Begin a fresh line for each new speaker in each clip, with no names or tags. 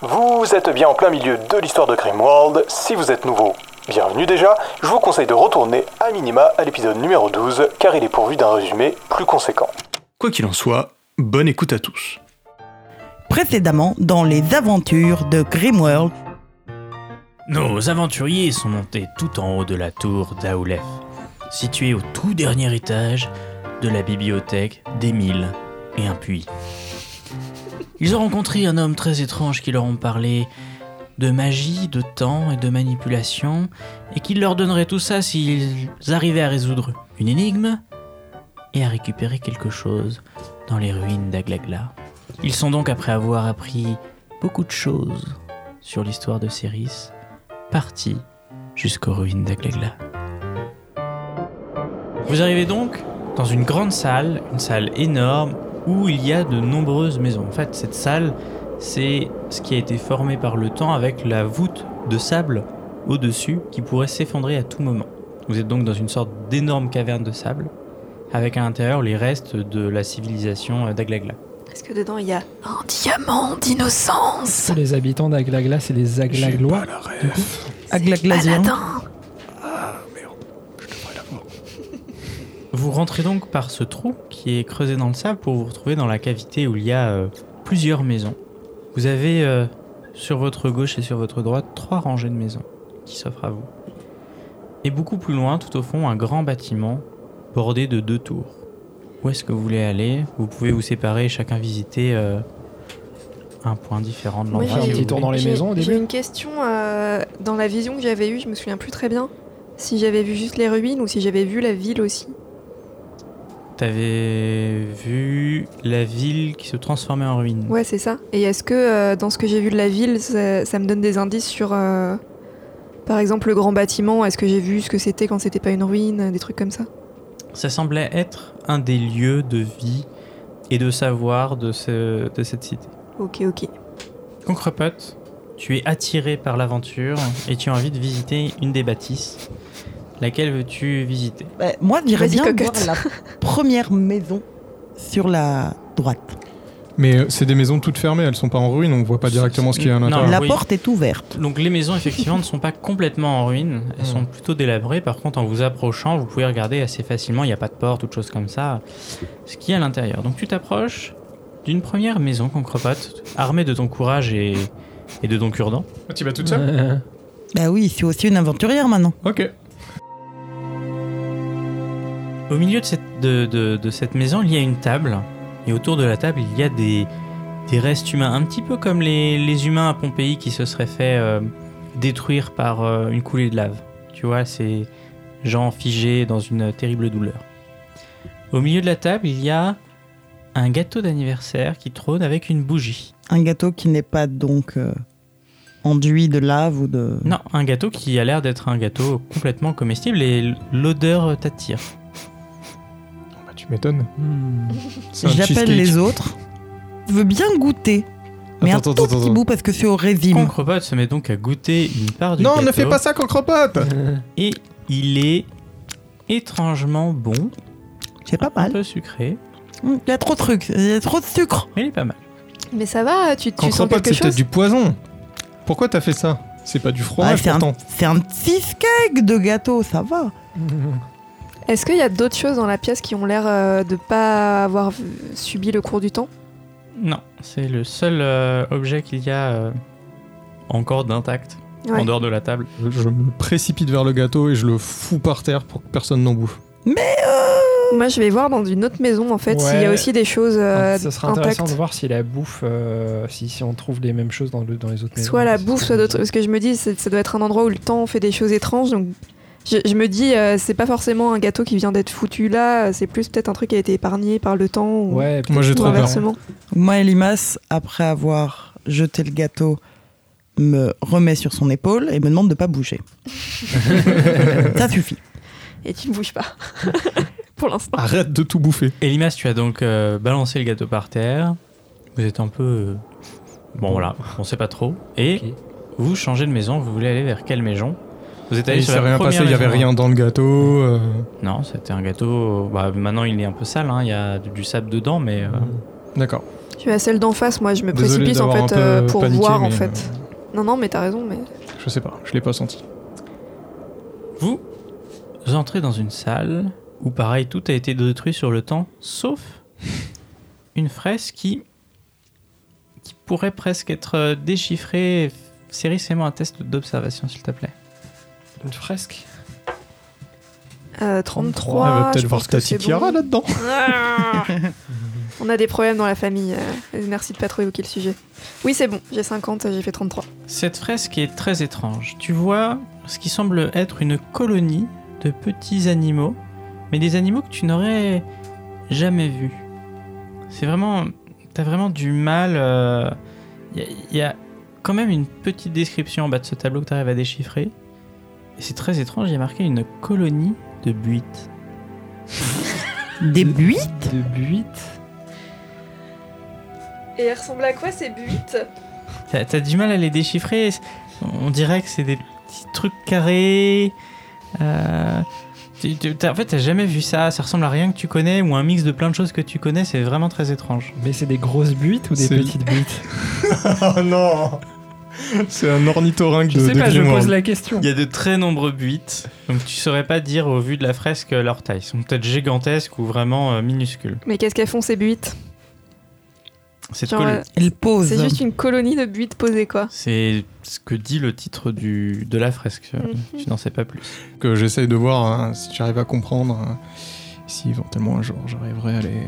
Vous êtes bien en plein milieu de l'histoire de Grimworld. Si vous êtes nouveau, bienvenue déjà. Je vous conseille de retourner à minima à l'épisode numéro 12 car il est pourvu d'un résumé plus conséquent.
Quoi qu'il en soit, bonne écoute à tous.
Précédemment, dans les aventures de Grimworld,
Nos aventuriers sont montés tout en haut de la tour d'Aoulef, située au tout dernier étage de la bibliothèque d'Émile et un puits. Ils ont rencontré un homme très étrange qui leur ont parlé de magie, de temps et de manipulation, et qui leur donnerait tout ça s'ils arrivaient à résoudre une énigme et à récupérer quelque chose dans les ruines d'Aglagla. Ils sont donc, après avoir appris beaucoup de choses sur l'histoire de Céris, parti jusqu'aux ruines d'Aglagla. Vous arrivez donc dans une grande salle, une salle énorme, où il y a de nombreuses maisons. En fait, cette salle, c'est ce qui a été formé par le temps avec la voûte de sable au-dessus qui pourrait s'effondrer à tout moment. Vous êtes donc dans une sorte d'énorme caverne de sable, avec à l'intérieur les restes de la civilisation d'Aglagla.
Est-ce que dedans il y a un diamant d'innocence
Tous les habitants d'Aglagla, c'est les Aglaglois.
la ref.
Aglaglasian,
Ah,
Aladdin
Je devrais l'avoir.
Vous rentrez donc par ce trou qui est creusé dans le sable pour vous retrouver dans la cavité où il y a euh, plusieurs maisons. Vous avez euh, sur votre gauche et sur votre droite trois rangées de maisons qui s'offrent à vous. Et beaucoup plus loin, tout au fond, un grand bâtiment bordé de deux tours. Où est-ce que vous voulez aller Vous pouvez vous séparer et chacun visiter euh, un point différent de
Moi,
l'endroit.
j'ai-
où
Un petit
vous
tour dans les
J'ai-
maisons au
J'ai
début
une question euh, dans la vision que j'avais eue, je me souviens plus très bien si j'avais vu juste les ruines ou si j'avais vu la ville aussi.
T'avais vu la ville qui se transformait en ruine.
Ouais, c'est ça. Et est-ce que euh, dans ce que j'ai vu de la ville, ça, ça me donne des indices sur euh, par exemple le grand bâtiment Est-ce que j'ai vu ce que c'était quand c'était pas une ruine Des trucs comme ça
Ça semblait être un des lieux de vie et de savoir de, ce- de cette cité.
Ok, ok.
Concrepote, tu es attiré par l'aventure et tu as envie de visiter une des bâtisses. Laquelle veux-tu visiter
Bah, moi j'irais
Vas-y,
bien
cocotte.
voir la première maison sur la droite.
Mais euh, c'est des maisons toutes fermées, elles sont pas en ruine, on voit pas directement ce qu'il y a à
Non,
l'intérieur.
Ah,
la
oui.
porte est ouverte.
Donc les maisons effectivement ne sont pas complètement en ruine,
Hmm.
elles sont plutôt délabrées. Par contre, en vous approchant, vous pouvez regarder assez facilement, il n'y a pas de porte ou de choses comme ça, ce qu'il y a à l'intérieur. Donc tu t'approches d'une première maison, Concrepote, armée de ton courage et, et de ton cure-dent.
Ah, tu vas toute seule
Euh,
Bah oui, je suis aussi une aventurière maintenant.
Ok.
Au milieu de cette, de, de- de cette maison, il y a une table. Et autour de la table, il y a des, des restes humains. Un petit peu comme les, les humains à Pompéi qui se seraient fait euh, détruire par euh, une coulée de lave. Tu vois, ces gens figés dans une terrible douleur. Au milieu de la table, il y a un gâteau d'anniversaire qui trône avec une bougie.
Un gâteau qui n'est pas donc euh, enduit de lave ou de...
Non, un gâteau qui a l'air d'être un gâteau complètement comestible et l'odeur t'attire.
Bah, tu m'étonnes.
hmm.
C'est un cheesecake.
J'appelle les autres. Je veux bien goûter. Mais
Attends,
un
attends,
tout petit
attends.
bout parce que c'est au régime.
Concrepot se met donc à goûter une part du
Hum. Non,
gâteau.
ne fais pas ça, Concrepote
Euh,
Et il est étrangement bon,
C'est pas
un
mal.
peu sucré,
Mm, Il y a trop de trucs. Il y a trop de sucre.
mais il est pas mal.
Mais ça va, tu, tu sens
Concrepote,
quelque
c'est peut-être
chose
du poison. Pourquoi t'as fait ça C'est pas du
Ouais,
fromage
Ah,
c'est un,
pourtant.
c'est un cheesecake de gâteau, ça va.
Est-ce qu'il y a d'autres choses dans la pièce qui ont l'air euh, de pas avoir euh, subi le cours du temps
Non, c'est le seul euh, objet qu'il y a euh, encore d'intact
Ouais.
en dehors de la table.
Je, je me précipite vers le gâteau et je le fous par terre pour que personne n'en bouffe.
Moi, je vais voir dans une autre maison, en fait,
Ouais.
s'il y a aussi des choses
Ah,
euh,
ça sera intéressant
intactes.
de voir si la bouffe, euh, si, si on trouve les mêmes choses dans, le, dans les autres maisons.
Soit la
Ça
bouffe,
sera
soit d'autres.
bien.
Parce que je me dis, c'est- ça doit être un endroit où le temps fait des choses étranges. Donc, je, je me dis, euh, c'est pas forcément un gâteau qui vient d'être foutu là. euh, C'est plus peut-être un truc qui a été épargné par le temps. Ou...
Ouais,
Moi, j'ai
ou
trop peur.
inversement.
Moi, Elimas, après avoir jeté le gâteau, me remet sur son épaule et me demande de pas bouger. ça suffit.
Et tu ne bouges pas. Pour l'instant.
Arrête de tout bouffer.
Elimas, tu as donc euh, balancé le gâteau par terre. Vous êtes un peu... euh, Bon voilà, on sait pas trop. Et
Ok.
vous changez de maison, vous voulez aller vers quelle maison Vous êtes allé
Il
sur
s'est
la
rien
première
passé, il y avait
maison.
rien dans le gâteau. euh,
Non, c'était un gâteau... bah, maintenant il est un peu sale, hein, il y a du, du sable dedans, mais... euh,
D'accord.
Je suis à celle d'en face, moi, je me
Désolé
précipice en
d'avoir
fait
un peu
euh, pour
paniqué,
voir en
mais, euh, Ah,
fait. Non, non, mais t'as raison, mais. euh,
Je sais pas, je l'ai pas senti.
Vous entrez dans une salle où, pareil, tout a été détruit sur le temps, sauf une fresque qui, qui pourrait presque être euh, déchiffrée. Sérieusement, un test d'observation, s'il te plaît.
Une fresque
Euh, 33.
Elle va
je
peut-être voir
pense que
Tati
c'est
Kiara
bon.
là-dedans.
Ah On a des problèmes dans la famille. euh, Merci de pas trop évoquer le sujet. Oui, c'est bon, j'ai 50, j'ai fait 33.
Cette fresque est très étrange. Tu vois ce qui semble être une colonie de petits animaux, mais des animaux que tu n'aurais jamais vus. C'est vraiment. T'as vraiment du mal. Il y, a quand même une petite description en bas de ce tableau que t'arrives à déchiffrer. Et c'est très étrange, il y a marqué une colonie de buites.
Des buis
de buites
Et elle ressemble à quoi ces buites
T'as t'as du mal à les déchiffrer. On dirait que c'est des petits trucs carrés. Euh, tu- tu- t'as- en fait, t'as jamais vu ça. Ça ressemble à rien que tu connais ou un mix de plein de choses que tu connais. C'est vraiment très étrange.
Mais c'est des grosses buites ou des
C'est-
petites buites
oh non C'est un ornithorynque
Je
de,
sais
de
pas, je
Grimoire.
pose la question.
Il y a de très nombreux buites. Donc tu saurais pas dire au vu de la fresque euh, leur taille. Ils sont peut-être gigantesques ou vraiment euh, minuscules.
Mais qu'est-ce qu'elles font ces buites
C'est
Genre,
cool.
euh,
Elle pose.
C'est juste une colonie de buites posées quoi.
C'est ce que dit le titre du, de la fresque.
Mhm.
Tu n'en sais pas plus.
Que j'essaye de voir hein, si j'arrive à comprendre. hein, si éventuellement un jour j'arriverai à les,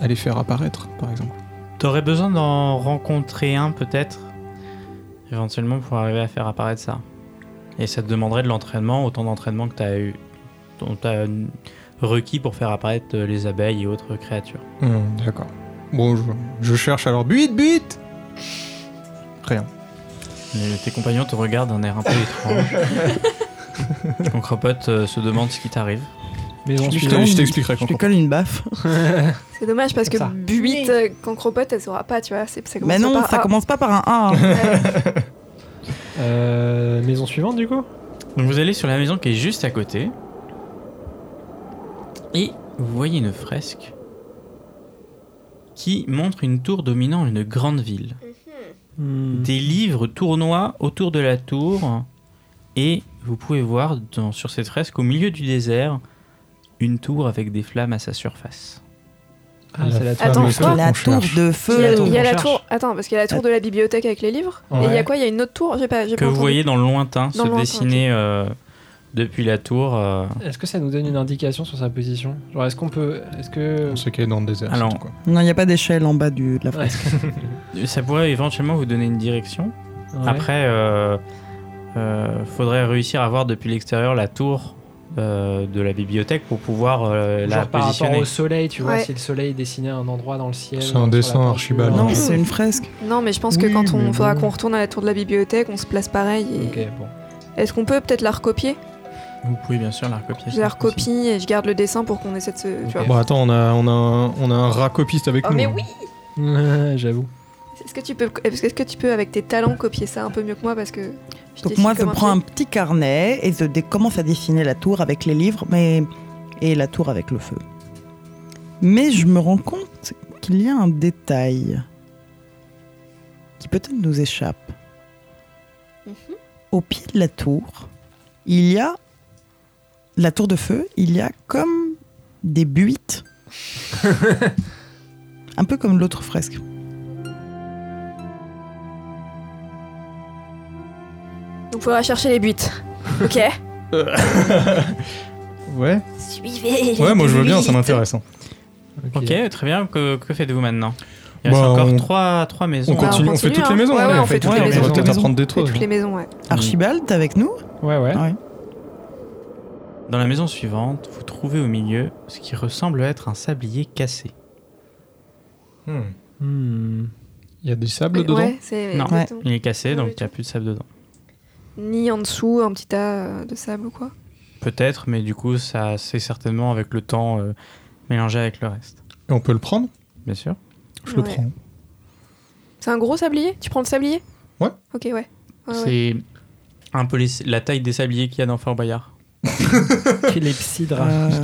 à les faire apparaître, par exemple.
T'aurais besoin d'en rencontrer un peut-être, éventuellement pour arriver à faire apparaître ça. Et ça te demanderait de l'entraînement, autant d'entraînement que t'as eu, dont t'as requis pour faire apparaître euh, les abeilles et autres créatures.
Hmm, D'accord. Bon, je, je cherche alors. Buite, buite Rien.
Mais tes compagnons te regardent d'un air un peu étrange. Ton cropote euh, se demande ce qui t'arrive.
Mais on
Je
suit
t'ai-
donc-
je t'expliquerai
Je
quand.
lui colle une baffe.
C'est dommage parce que
Ça.
buites euh, quand cropote, elle saura pas, tu vois. C'est, ça
Bah
commence
non,
par
ça
A.
commence pas par un A. hein.
Ouais.
Euh, maison suivante du coup
Donc vous allez sur la maison qui est juste à côté. Et vous voyez une fresque qui montre une tour dominant une grande ville.
Hmm.
des livres tournois autour de la tour et vous pouvez voir dans- sur cette fresque au milieu du désert une tour avec des flammes à sa surface.
Ah, c'est la
Attends,
tour.
quoi
La tour de
Il y a,
feu.
tour
il y a
qu'on
la
cherche.
tour. Attends, parce qu'il y a la tour de la bibliothèque avec les livres. Et il y a
Ouais.
quoi Il y a une autre tour J'ai pas,
Que
j'ai pas
vous
entendu.
voyez dans le lointain se
le lointain,
dessiner euh, depuis la tour. euh.
Est-ce que ça nous donne une indication sur sa position Genre, est-ce qu'on peut. Est-ce que.
On sait qu'elle est dans le désert.
Alors,
c'est tout, quoi.
Non, il n'y a pas d'échelle en bas du, de la
Ouais.
Ça pourrait éventuellement vous donner une direction.
Ouais.
Après, euh, euh, faudrait réussir à voir depuis l'extérieur la tour euh, de la bibliothèque pour pouvoir euh, la
Genre par rapport
positionner.
au soleil, tu vois,
Ouais.
si le soleil dessinait un endroit dans le ciel.
C'est un
sur la
dessin hein.
peinture,
Archibald.
Non, c'est une fresque.
Non, mais je pense que
Oui,
quand on
mais
faudra
bon.
qu'on retourne à la tour de la bibliothèque, on se place pareil. et-
Ok, bon.
Est-ce qu'on peut peut-être la recopier
Vous pouvez bien sûr la recopier.
Je
si
la
possible.
recopie et je garde le dessin pour qu'on essaie de se. Tu vois.
Ok.
Bon, attends, on a, on a, un, on a un racopiste avec
Oh
nous. hein.
mais oui
J'avoue.
Est-ce que tu peux, est-ce que tu peux avec tes talents copier ça un peu mieux que moi parce que. Je
Donc
dessine
moi, je
comme
prends un
pied.
petit carnet et je dé- commence à dessiner la tour avec les livres, mais et la tour avec le feu. Mais je me rends compte qu'il y a un détail qui peut-être nous échappe.
Mhm.
Au pied de la tour, il y a la tour de feu. Il y a comme des buites, un peu comme l'autre fresque.
Donc faudra chercher les buites. ok.
Ouais.
Suivez. les
Ouais, moi je veux bien, ça
buites.
m'intéresse. hein.
Ok, très bien. Que, que faites-vous maintenant Il
Bah,
reste encore
on-
trois, trois maisons.
On
Bah, on
continue, on, fait
continue,
toutes
hein.
les maisons.
Ouais,
allez,
ouais,
on
on fait toutes
les
va
maisons.
peut-être apprendre des
Fais
trucs.
toutes
hein.
les maisons, ouais.
Archibald, t'es avec nous
Ouais, ouais.
Ouais.
Dans la maison suivante, vous trouvez au milieu ce qui ressemble être un sablier cassé.
Hmm.
Hmm.
Il y a du sable dedans
Ouais, c'est
Non.
exactement.
Il est cassé,
Ouais,
donc
mais
il n'y a plus de sable dedans.
Ni en dessous, un petit tas euh, de sable ou quoi.
Peut-être, mais du coup, ça c'est certainement avec le temps euh, mélangé avec le reste.
Et on peut le prendre
Bien sûr.
Je le
Ouais.
prends.
C'est un gros sablier Tu prends le sablier
Ouais.
Ok, ouais. Ouais, ouais.
c'est un peu les- la taille des sabliers qu'il y a dans Fort Boyard.
Clepsydra.
Euh,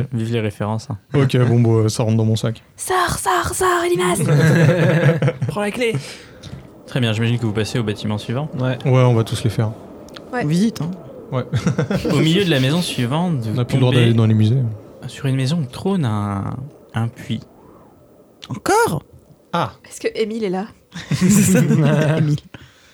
Ouais.
Vive les références. hein.
Ok, bon, bah, ça rentre dans mon sac.
Sors, sors, sors, Elimas
Prends
Euh,
la clé
Très bien, j'imagine que vous passez au bâtiment suivant.
Ouais.
Ouais, on va tous les faire.
Ouais.
Visite, hein.
au milieu de la maison suivante,
On
vous
n'a plus le droit
tombez
d'aller dans les musées.
sur une maison où trône un, un puits.
Encore
Est-ce que Émile est là
C'est ça, Émile.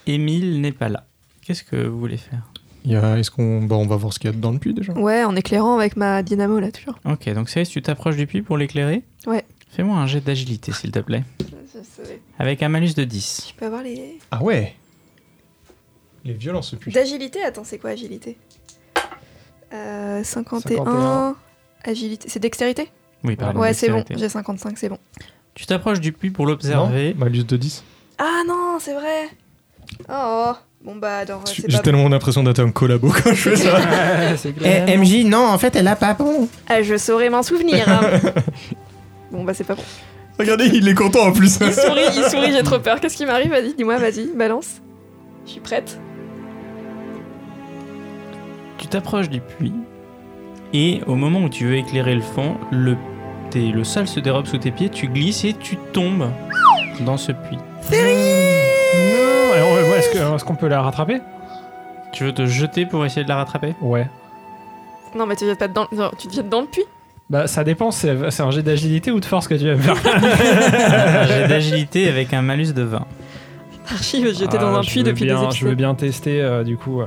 Émile n'est pas là. Qu'est-ce que vous voulez faire
Il y a- Est-ce qu'on bah, on va voir ce qu'il y a dans le puits déjà
Ouais, en éclairant avec ma dynamo là, toujours.
Ok, donc Céleste, tu t'approches du puits pour l'éclairer
Ouais.
Fais-moi un jet d'agilité, s'il te plaît.
Je
Avec un malus de 10.
peux avoir les.
Ah ouais Les violences, ce puits.
D'agilité Attends, c'est quoi agilité Euh, 51.
51.
Agilité. C'est dextérité
Oui, pardon.
Ouais, c'est bon,
dextérité.
j'ai 55, c'est bon.
Tu t'approches du puits pour
Non
l'observer.
Malus de 10.
Ah non, c'est vrai Oh Bon bah, dans.
J'ai
C'est pas
tellement l'impression d'être un collabo quand je fais ça.
c'est
Eh,
MJ, non, en fait, elle a pas bon.
Ah, je saurais m'en souvenir hein. Bon bah, c'est pas bon.
Regardez, il est content en plus.
Il sourit, il sourit, j'ai trop peur. Qu'est-ce qui m'arrive Vas-y, dis-moi, vas-y, balance. Je suis prête.
Tu t'approches du puits. Et au moment où tu veux éclairer le fond, le, t'es- le sol se dérobe sous tes pieds, tu glisses et tu tombes dans ce puits.
Eh,
Non, alors, ouais, ouais, Est-ce que- alors, est-ce qu'on peut la rattraper
Tu veux te jeter pour essayer de la rattraper
Ouais.
Non, mais tu jettes pas dedans. non, tu te jettes dans le puits.
Bah ça dépend, c'est c'est un jet d'agilité ou de force que tu vas me faire.
Un jet d'agilité avec un malus de 20.
Archie veut se jeter dans
Ah,
un
je
puits
veux
depuis
bien-
des
Je veux
épisodes.
bien tester euh, du coup. euh.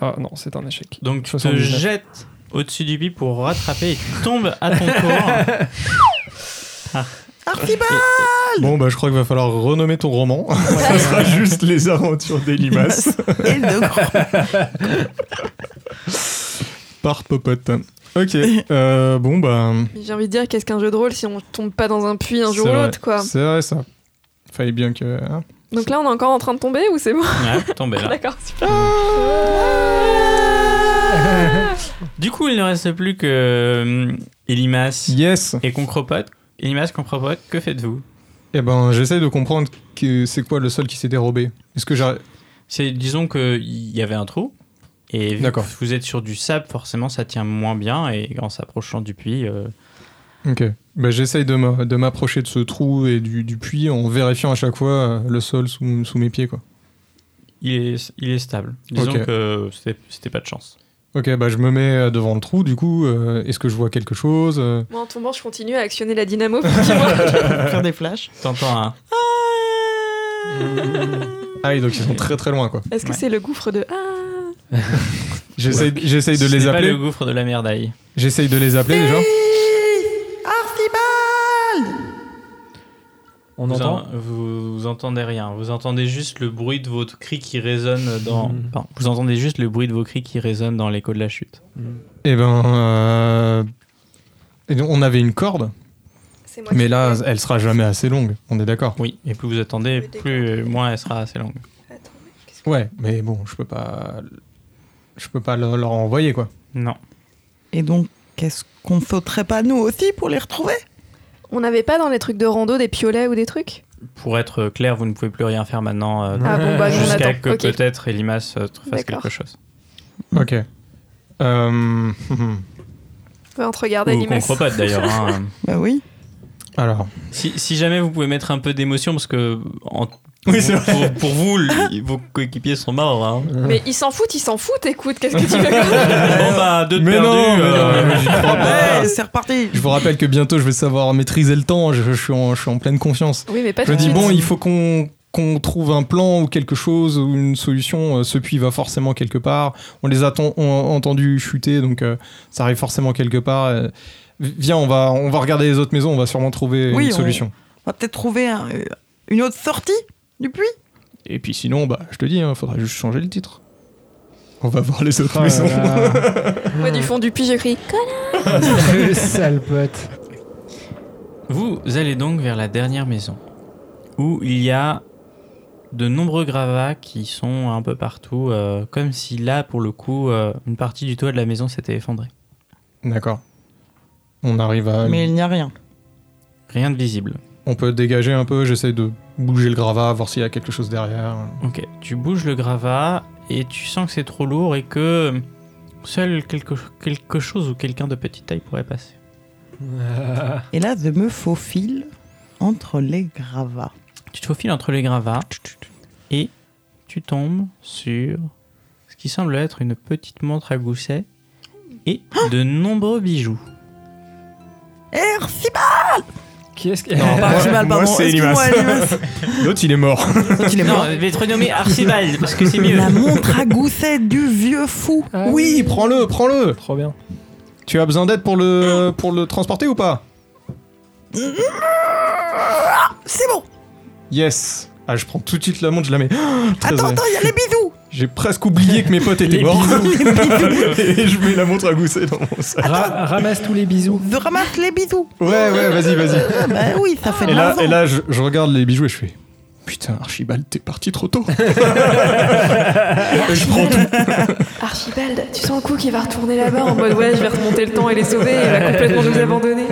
Ah non, c'est un échec.
Donc tu te
79.
jettes au-dessus du puits pour rattraper et tu tombes à ton corps.
Archibald
Bon, bah, je crois qu'il va falloir renommer ton roman. ça sera juste Les Aventures des Limaces
et de grand-
par Popote. Ok, euh, bon, bah.
Mais J'ai envie de dire, qu'est-ce qu'un jeu de rôle si on tombe pas dans un puits un jour
c'est
ou
vrai.
l'autre, quoi.
C'est vrai, ça. Fallait bien que. hein.
Donc là, on est encore en train de tomber ou c'est bon
Ouais, tombé là.
D'accord, super.
Du coup, il ne reste plus que euh, Elimas
Yes
et Concropote. Elimas, Concropote, que faites-vous
Eh ben, j'essaye de comprendre que c'est quoi le sol qui s'est dérobé. Est-ce que j'arrive.
C'est disons que il y avait un trou et vu que
D'accord.
vous êtes sur du sable, forcément ça tient moins bien et en s'approchant du puits, euh,
Ok. Bah, j'essaye de m'a- de m'approcher de ce trou et du, du puits en vérifiant à chaque fois euh, le sol sous, sous mes pieds, quoi.
il est il est stable. Disons
Ok.
que c'était- c'était pas de chance.
Ok, bah je me mets devant le trou, du coup, euh, est-ce que je vois quelque chose euh,
Moi, en tombant, je continue à actionner la dynamo pour qu'il voit.
faire des flashs.
T'entends un
Ah oui, donc ils sont très très loin, quoi.
Est-ce que
Ouais.
c'est le gouffre de Ah
J'essaye j'essaye de
Ce
les
n'est pas
appeler.
le gouffre de la merdaille.
J'essaye de les appeler, déjà.
Archibald
On
Vous,
entend
en- vous, vous entendez rien. Vous entendez juste le bruit de vos cris qui résonne dans.
Mm.
Mhm.
Pardon. vous entendez juste le bruit de vos cris qui résonne dans l'écho de la chute.
Eh ben... euh, et donc, on avait une corde,
C'est moi
mais
qui
là,
fais.
elle sera jamais assez longue, on est d'accord.
Oui. Et plus vous attendez,
Le décompte.
plus euh, moins elle sera assez longue.
Attends, mais qu'est-ce que-
Ouais, mais bon, je peux pas... Je peux pas le- leur envoyer, quoi.
Non.
Et donc, qu'est-ce qu'on sauterait pas nous aussi pour les retrouver
On n'avait pas dans les trucs de rando des piolets ou des trucs
Pour être euh, clair, vous ne pouvez plus rien faire maintenant. euh,
Ah bon, bah, nous, on
Jusqu'à
attend.
que
Ok.
peut-être Elimas euh, te fasse
D'accord. Ah
quelque chose.
Ok. Euh,
Ouais, On te regarde,
Oh,
Ou
bah, Elimas.
Concropote d'ailleurs. hein.
Bah oui.
Alors...
si, si jamais vous pouvez mettre un peu d'émotion, parce que en-
Oui, c'est
pour, pour- pour vous, le- vos coéquipiers sont morts. hein.
Mais ils s'en foutent, ils s'en foutent, écoute, qu'est-ce que tu veux
bon bah, deux de
Mais
perdus.
non, mais
euh,
non, mais j'y crois pas.
Ouais, c'est reparti
Ah. Je vous rappelle que bientôt, je vais savoir maîtriser le temps, je, je suis, en, je suis en pleine confiance.
Oui, mais pas
Je me
tout de
dis,
suite.
bon, il faut qu'on qu'on trouve un plan ou quelque chose ou une solution. Euh, Ce puits va forcément quelque part. On les a ton- on a entendu chuter, donc euh, ça arrive forcément quelque part. Euh, viens, on va, on va regarder les autres maisons, on va sûrement trouver
Oui,
une
on-
solution.
On va peut-être trouver un- euh, une autre sortie du puits.
Et puis sinon, bah, je te dis, il faudra juste changer le titre. On va voir les
Ah
autres
Oh là
maisons.
là.
Moi, du fond du puits, j'écris
Le sale pote.
Vous allez donc vers la dernière maison, où il y a de nombreux gravats qui sont un peu partout, euh, comme si là, pour le coup, euh, une partie du toit de la maison s'était effondrée.
D'accord. On arrive à.
Mais il n'y a rien.
Rien de visible.
On peut dégager un peu. J'essaie de bouger le gravat, voir s'il y a quelque chose derrière.
Ok, tu bouges le gravat et tu sens que c'est trop lourd et que seul quelque, quelque chose ou quelqu'un de petite taille pourrait passer.
Ah,
Et là, je me faufile entre les gravats.
Tu te faufiles entre les gravats et tu tombes sur ce qui semble être une petite montre à gousset et de nombreux bijoux.
Merci, bah
Qu'est-ce que.
Non,
Pas Archibald,
moi,
pardon.
c'est
Excuse-moi,
Limas. L'autre, il est mort.
Limas. Toi, tu l'es
Non,
mort.
je vais te renommer Archibald parce que c'est mieux.
La montre à gousset du vieux fou.
Ah
Oui, prends-le, prends-le.
Trop bien.
Tu as besoin d'aide pour le, pour le transporter ou pas
C'est bon.
Yes. Ah, je prends tout de suite la montre, je la mets. Très
Attends,
honnête.
attends, il y a les bisous.
J'ai presque oublié que mes potes étaient morts. Et je mets la montre à gousset dans mon sac.
Ra- ramasse tous les bisous.
Je ramasse les bisous.
Ouais, ouais, vas-y, vas-y.
Ah bah oui, ça fait
Et là,
de
et là je, je regarde les bijoux et je fais Putain, Archibald, t'es parti trop tôt. Et je prends tout.
Archibald, tu sens le coup qui va retourner là-bas en mode ouais, je vais remonter le temps et les sauver, il va complètement nous abandonner.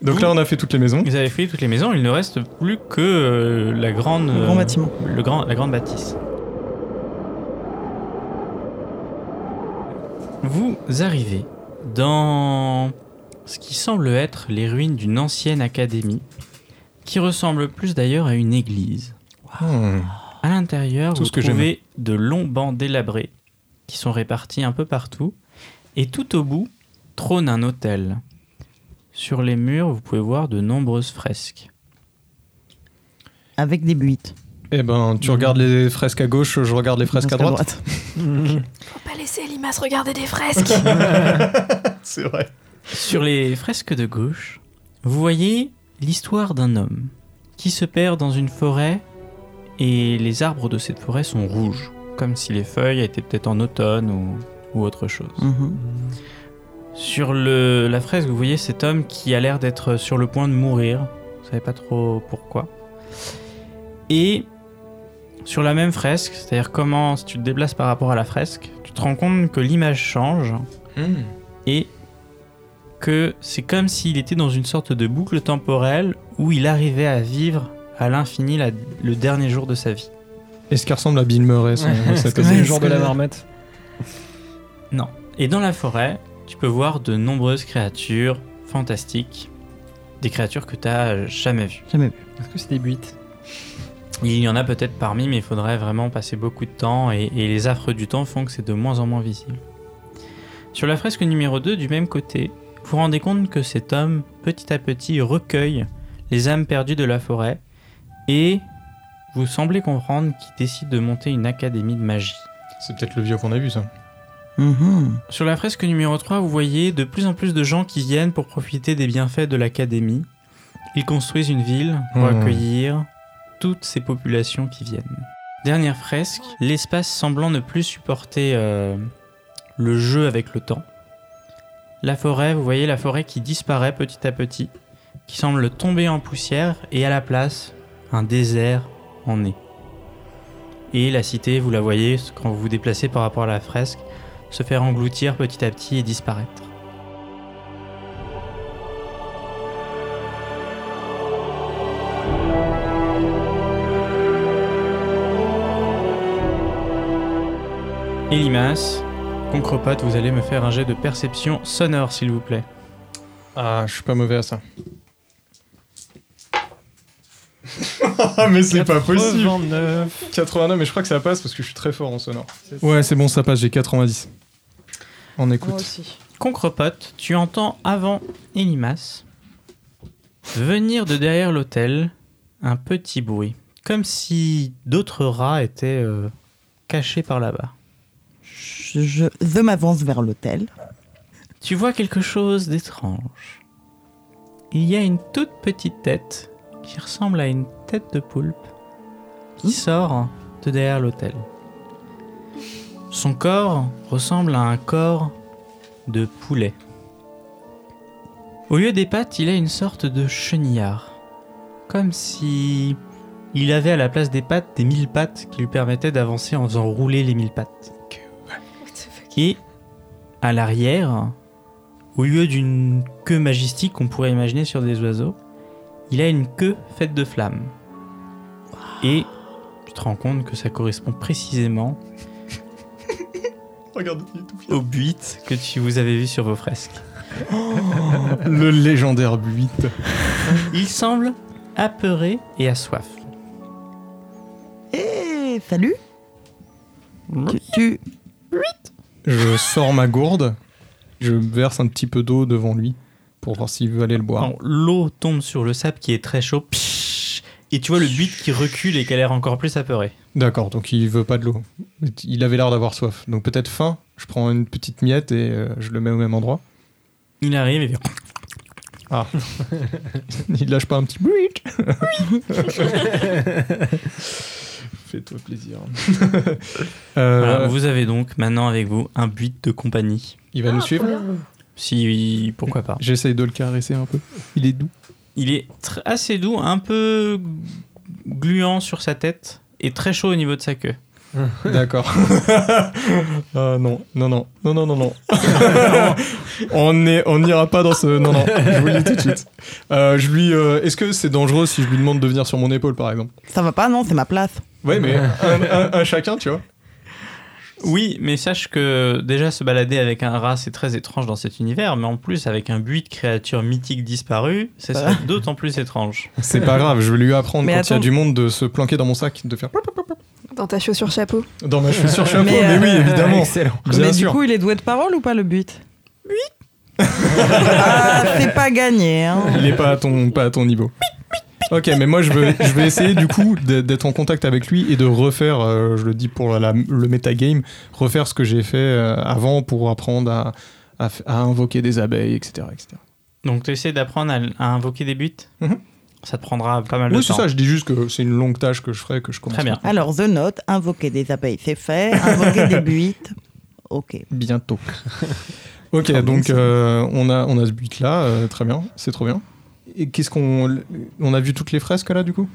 Donc là, on a fait toutes les maisons.
Vous avez fouillé toutes les maisons, il ne reste plus que euh, la grande
Le grand
euh,
bâtiment.
le grand- la grande bâtisse. Vous arrivez dans ce qui semble être les ruines d'une ancienne académie qui ressemble plus d'ailleurs à une église.
Hmm.
À l'intérieur,
Tout
vous
ce que
trouvez de longs bancs délabrés qui sont répartis un peu partout. Et tout au bout trône un autel. Sur les murs, vous pouvez voir de nombreuses fresques.
Avec des buites.
Eh ben, tu regardes les fresques à gauche, je regarde les fresques à
Parce qu'à
droite.
Faut pas laisser Limas regarder des fresques.
C'est vrai.
Sur les fresques de gauche, vous voyez l'histoire d'un homme qui se perd dans une forêt et les arbres de cette forêt sont rouges, comme si les feuilles étaient peut-être en automne ou, ou autre chose.
Mhm.
Sur le, la fresque, vous voyez cet homme qui a l'air d'être sur le point de mourir. Vous savez pas trop pourquoi. Et sur la même fresque, c'est-à-dire comment si tu te déplaces par rapport à la fresque, tu te rends compte que l'image change
Hmm.
et que c'est comme s'il était dans une sorte de boucle temporelle où il arrivait à vivre à l'infini la- le dernier jour de sa vie.
Et ce qui ressemble à Bill Murray, son- sa
Est-ce que
copine.
c'est
Ouais,
le genre
parce
de la
que-
marmette
Et dans la forêt, tu peux voir de nombreuses créatures fantastiques, des créatures que tu n'as jamais vues.
Est-ce que c'est des buites
Il y en a peut-être parmi, mais il faudrait vraiment passer beaucoup de temps et, et les affres du temps font que c'est de moins en moins visible. Sur la fresque numéro 2, du même côté, vous vous rendez compte que cet homme, petit à petit, recueille les âmes perdues de la forêt et vous semblez comprendre qu'il décide de monter une académie de magie.
C'est peut-être le vieux qu'on a vu, ça.
Mhm.
Sur la fresque numéro 3, vous voyez de plus en plus de gens qui viennent pour profiter des bienfaits de l'académie. Ils construisent une ville pour
Mmh.
accueillir toutes ces populations qui viennent. Dernière fresque, l'espace semblant ne plus supporter euh, le jeu avec le temps. La forêt, vous voyez la forêt qui disparaît petit à petit, qui semble tomber en poussière et à la place, un désert en est. Et la cité, vous la voyez quand vous vous déplacez par rapport à la fresque se faire engloutir petit à petit et disparaître. Et Limas, Concrepat, vous allez me faire un jet de perception sonore, s'il vous plaît.
Ah, je suis pas mauvais à ça. mais c'est pas possible
89.
89, mais je crois que ça passe parce que je suis très fort en sonore. Ouais, c'est bon, ça passe, j'ai 90. On écoute.
Concrepote, tu entends avant Elimas venir de derrière l'hôtel un petit bruit, comme si d'autres rats étaient euh, cachés par là-bas.
Je, je, je m'avance vers l'hôtel.
Tu vois quelque chose d'étrange. Il y a une toute petite tête qui ressemble à une tête de poulpe qui sort de derrière l'autel. Son corps ressemble à un corps de poulet. Au lieu des pattes, il a une sorte de chenillard. Comme si il avait à la place des pattes des mille pattes qui lui permettaient d'avancer en faisant rouler les mille pattes. Et à l'arrière, au lieu d'une queue majestique qu'on pourrait imaginer sur des oiseaux, il a une queue faite de flammes. Et Tu te rends compte que ça correspond précisément
Regarde, il est tout
au buit que tu vous avez vu sur vos fresques.
Le légendaire 8.
Il semble apeuré et à soif.
Eh, salut Tu- tu,
Je sors ma gourde, je verse un petit peu d'eau devant lui pour voir s'il veut aller le boire.
Alors, L'eau tombe sur le sable qui est très chaud. Pshhh Et tu vois le buit qui recule et qui a l'air encore plus apeuré.
D'accord, donc il veut pas de l'eau. Il avait l'air d'avoir soif, donc peut-être faim. Je prends une petite miette et euh, je le mets au même endroit.
Il arrive et fait
Il lâche pas un petit bruit. Fais-toi plaisir. Euh,
Voilà, Bah, vous avez donc maintenant avec vous un buit de compagnie.
Il
Ah,
va nous suivre.
Si, pourquoi pas.
J'essaye de le caresser un peu. Il est doux.
Il est tr- assez doux, un peu gluant sur sa tête et très chaud au niveau de sa queue.
D'accord. Ah non, non, non, non, non, non, non. on est- on n'ira pas dans ce. Non, non. Je vous le dis tout de suite. Euh, je lui. euh, Est-ce que c'est dangereux si je lui demande de venir sur mon épaule, par exemple
ça va pas Non, c'est ma place.
Ouais, mais un, un- un chacun, tu vois.
Oui, mais sache que déjà se balader avec un rat, c'est très étrange dans cet univers, mais en plus avec un buit de créature mythique disparue, ça
Bah.
serait d'autant plus étrange.
C'est pas grave. Je vais lui apprendre
Mais
quand il y a
attends.
du monde de se planquer dans mon sac, de faire
Dans ta chaussure chapeau.
dans ma chaussure chapeau. Mais,
Mais, euh,
oui, évidemment.
Excellent.
Ah, Bien
Mais
sûr.
du coup, il est doué de parole ou pas le but Oui. ah, c'est pas gagné. Hein.
Il est pas à ton, pas à ton niveau. Ok, mais moi je, veux, je vais essayer du coup d'e- d'être en contact avec lui et de refaire, euh, je le dis pour la, le metagame, refaire ce que j'ai fait euh, avant pour apprendre à, à f- à invoquer des abeilles, etc. etc.
Donc tu essaies d'apprendre à, à invoquer des buts
Mhm.
Ça te prendra pas mal
Oui,
de
c'est
temps.
ça, je dis juste que c'est une longue tâche que je ferai, que je commence.
Très bien.
Alors, The Note, invoquer des abeilles, c'est fait. Invoquer des buites, ok.
Bientôt. ok, donc euh, on, a, on a ce but là, très bien, c'est trop bien. Et qu'est-ce qu'on. On a vu toutes les fresques là du coup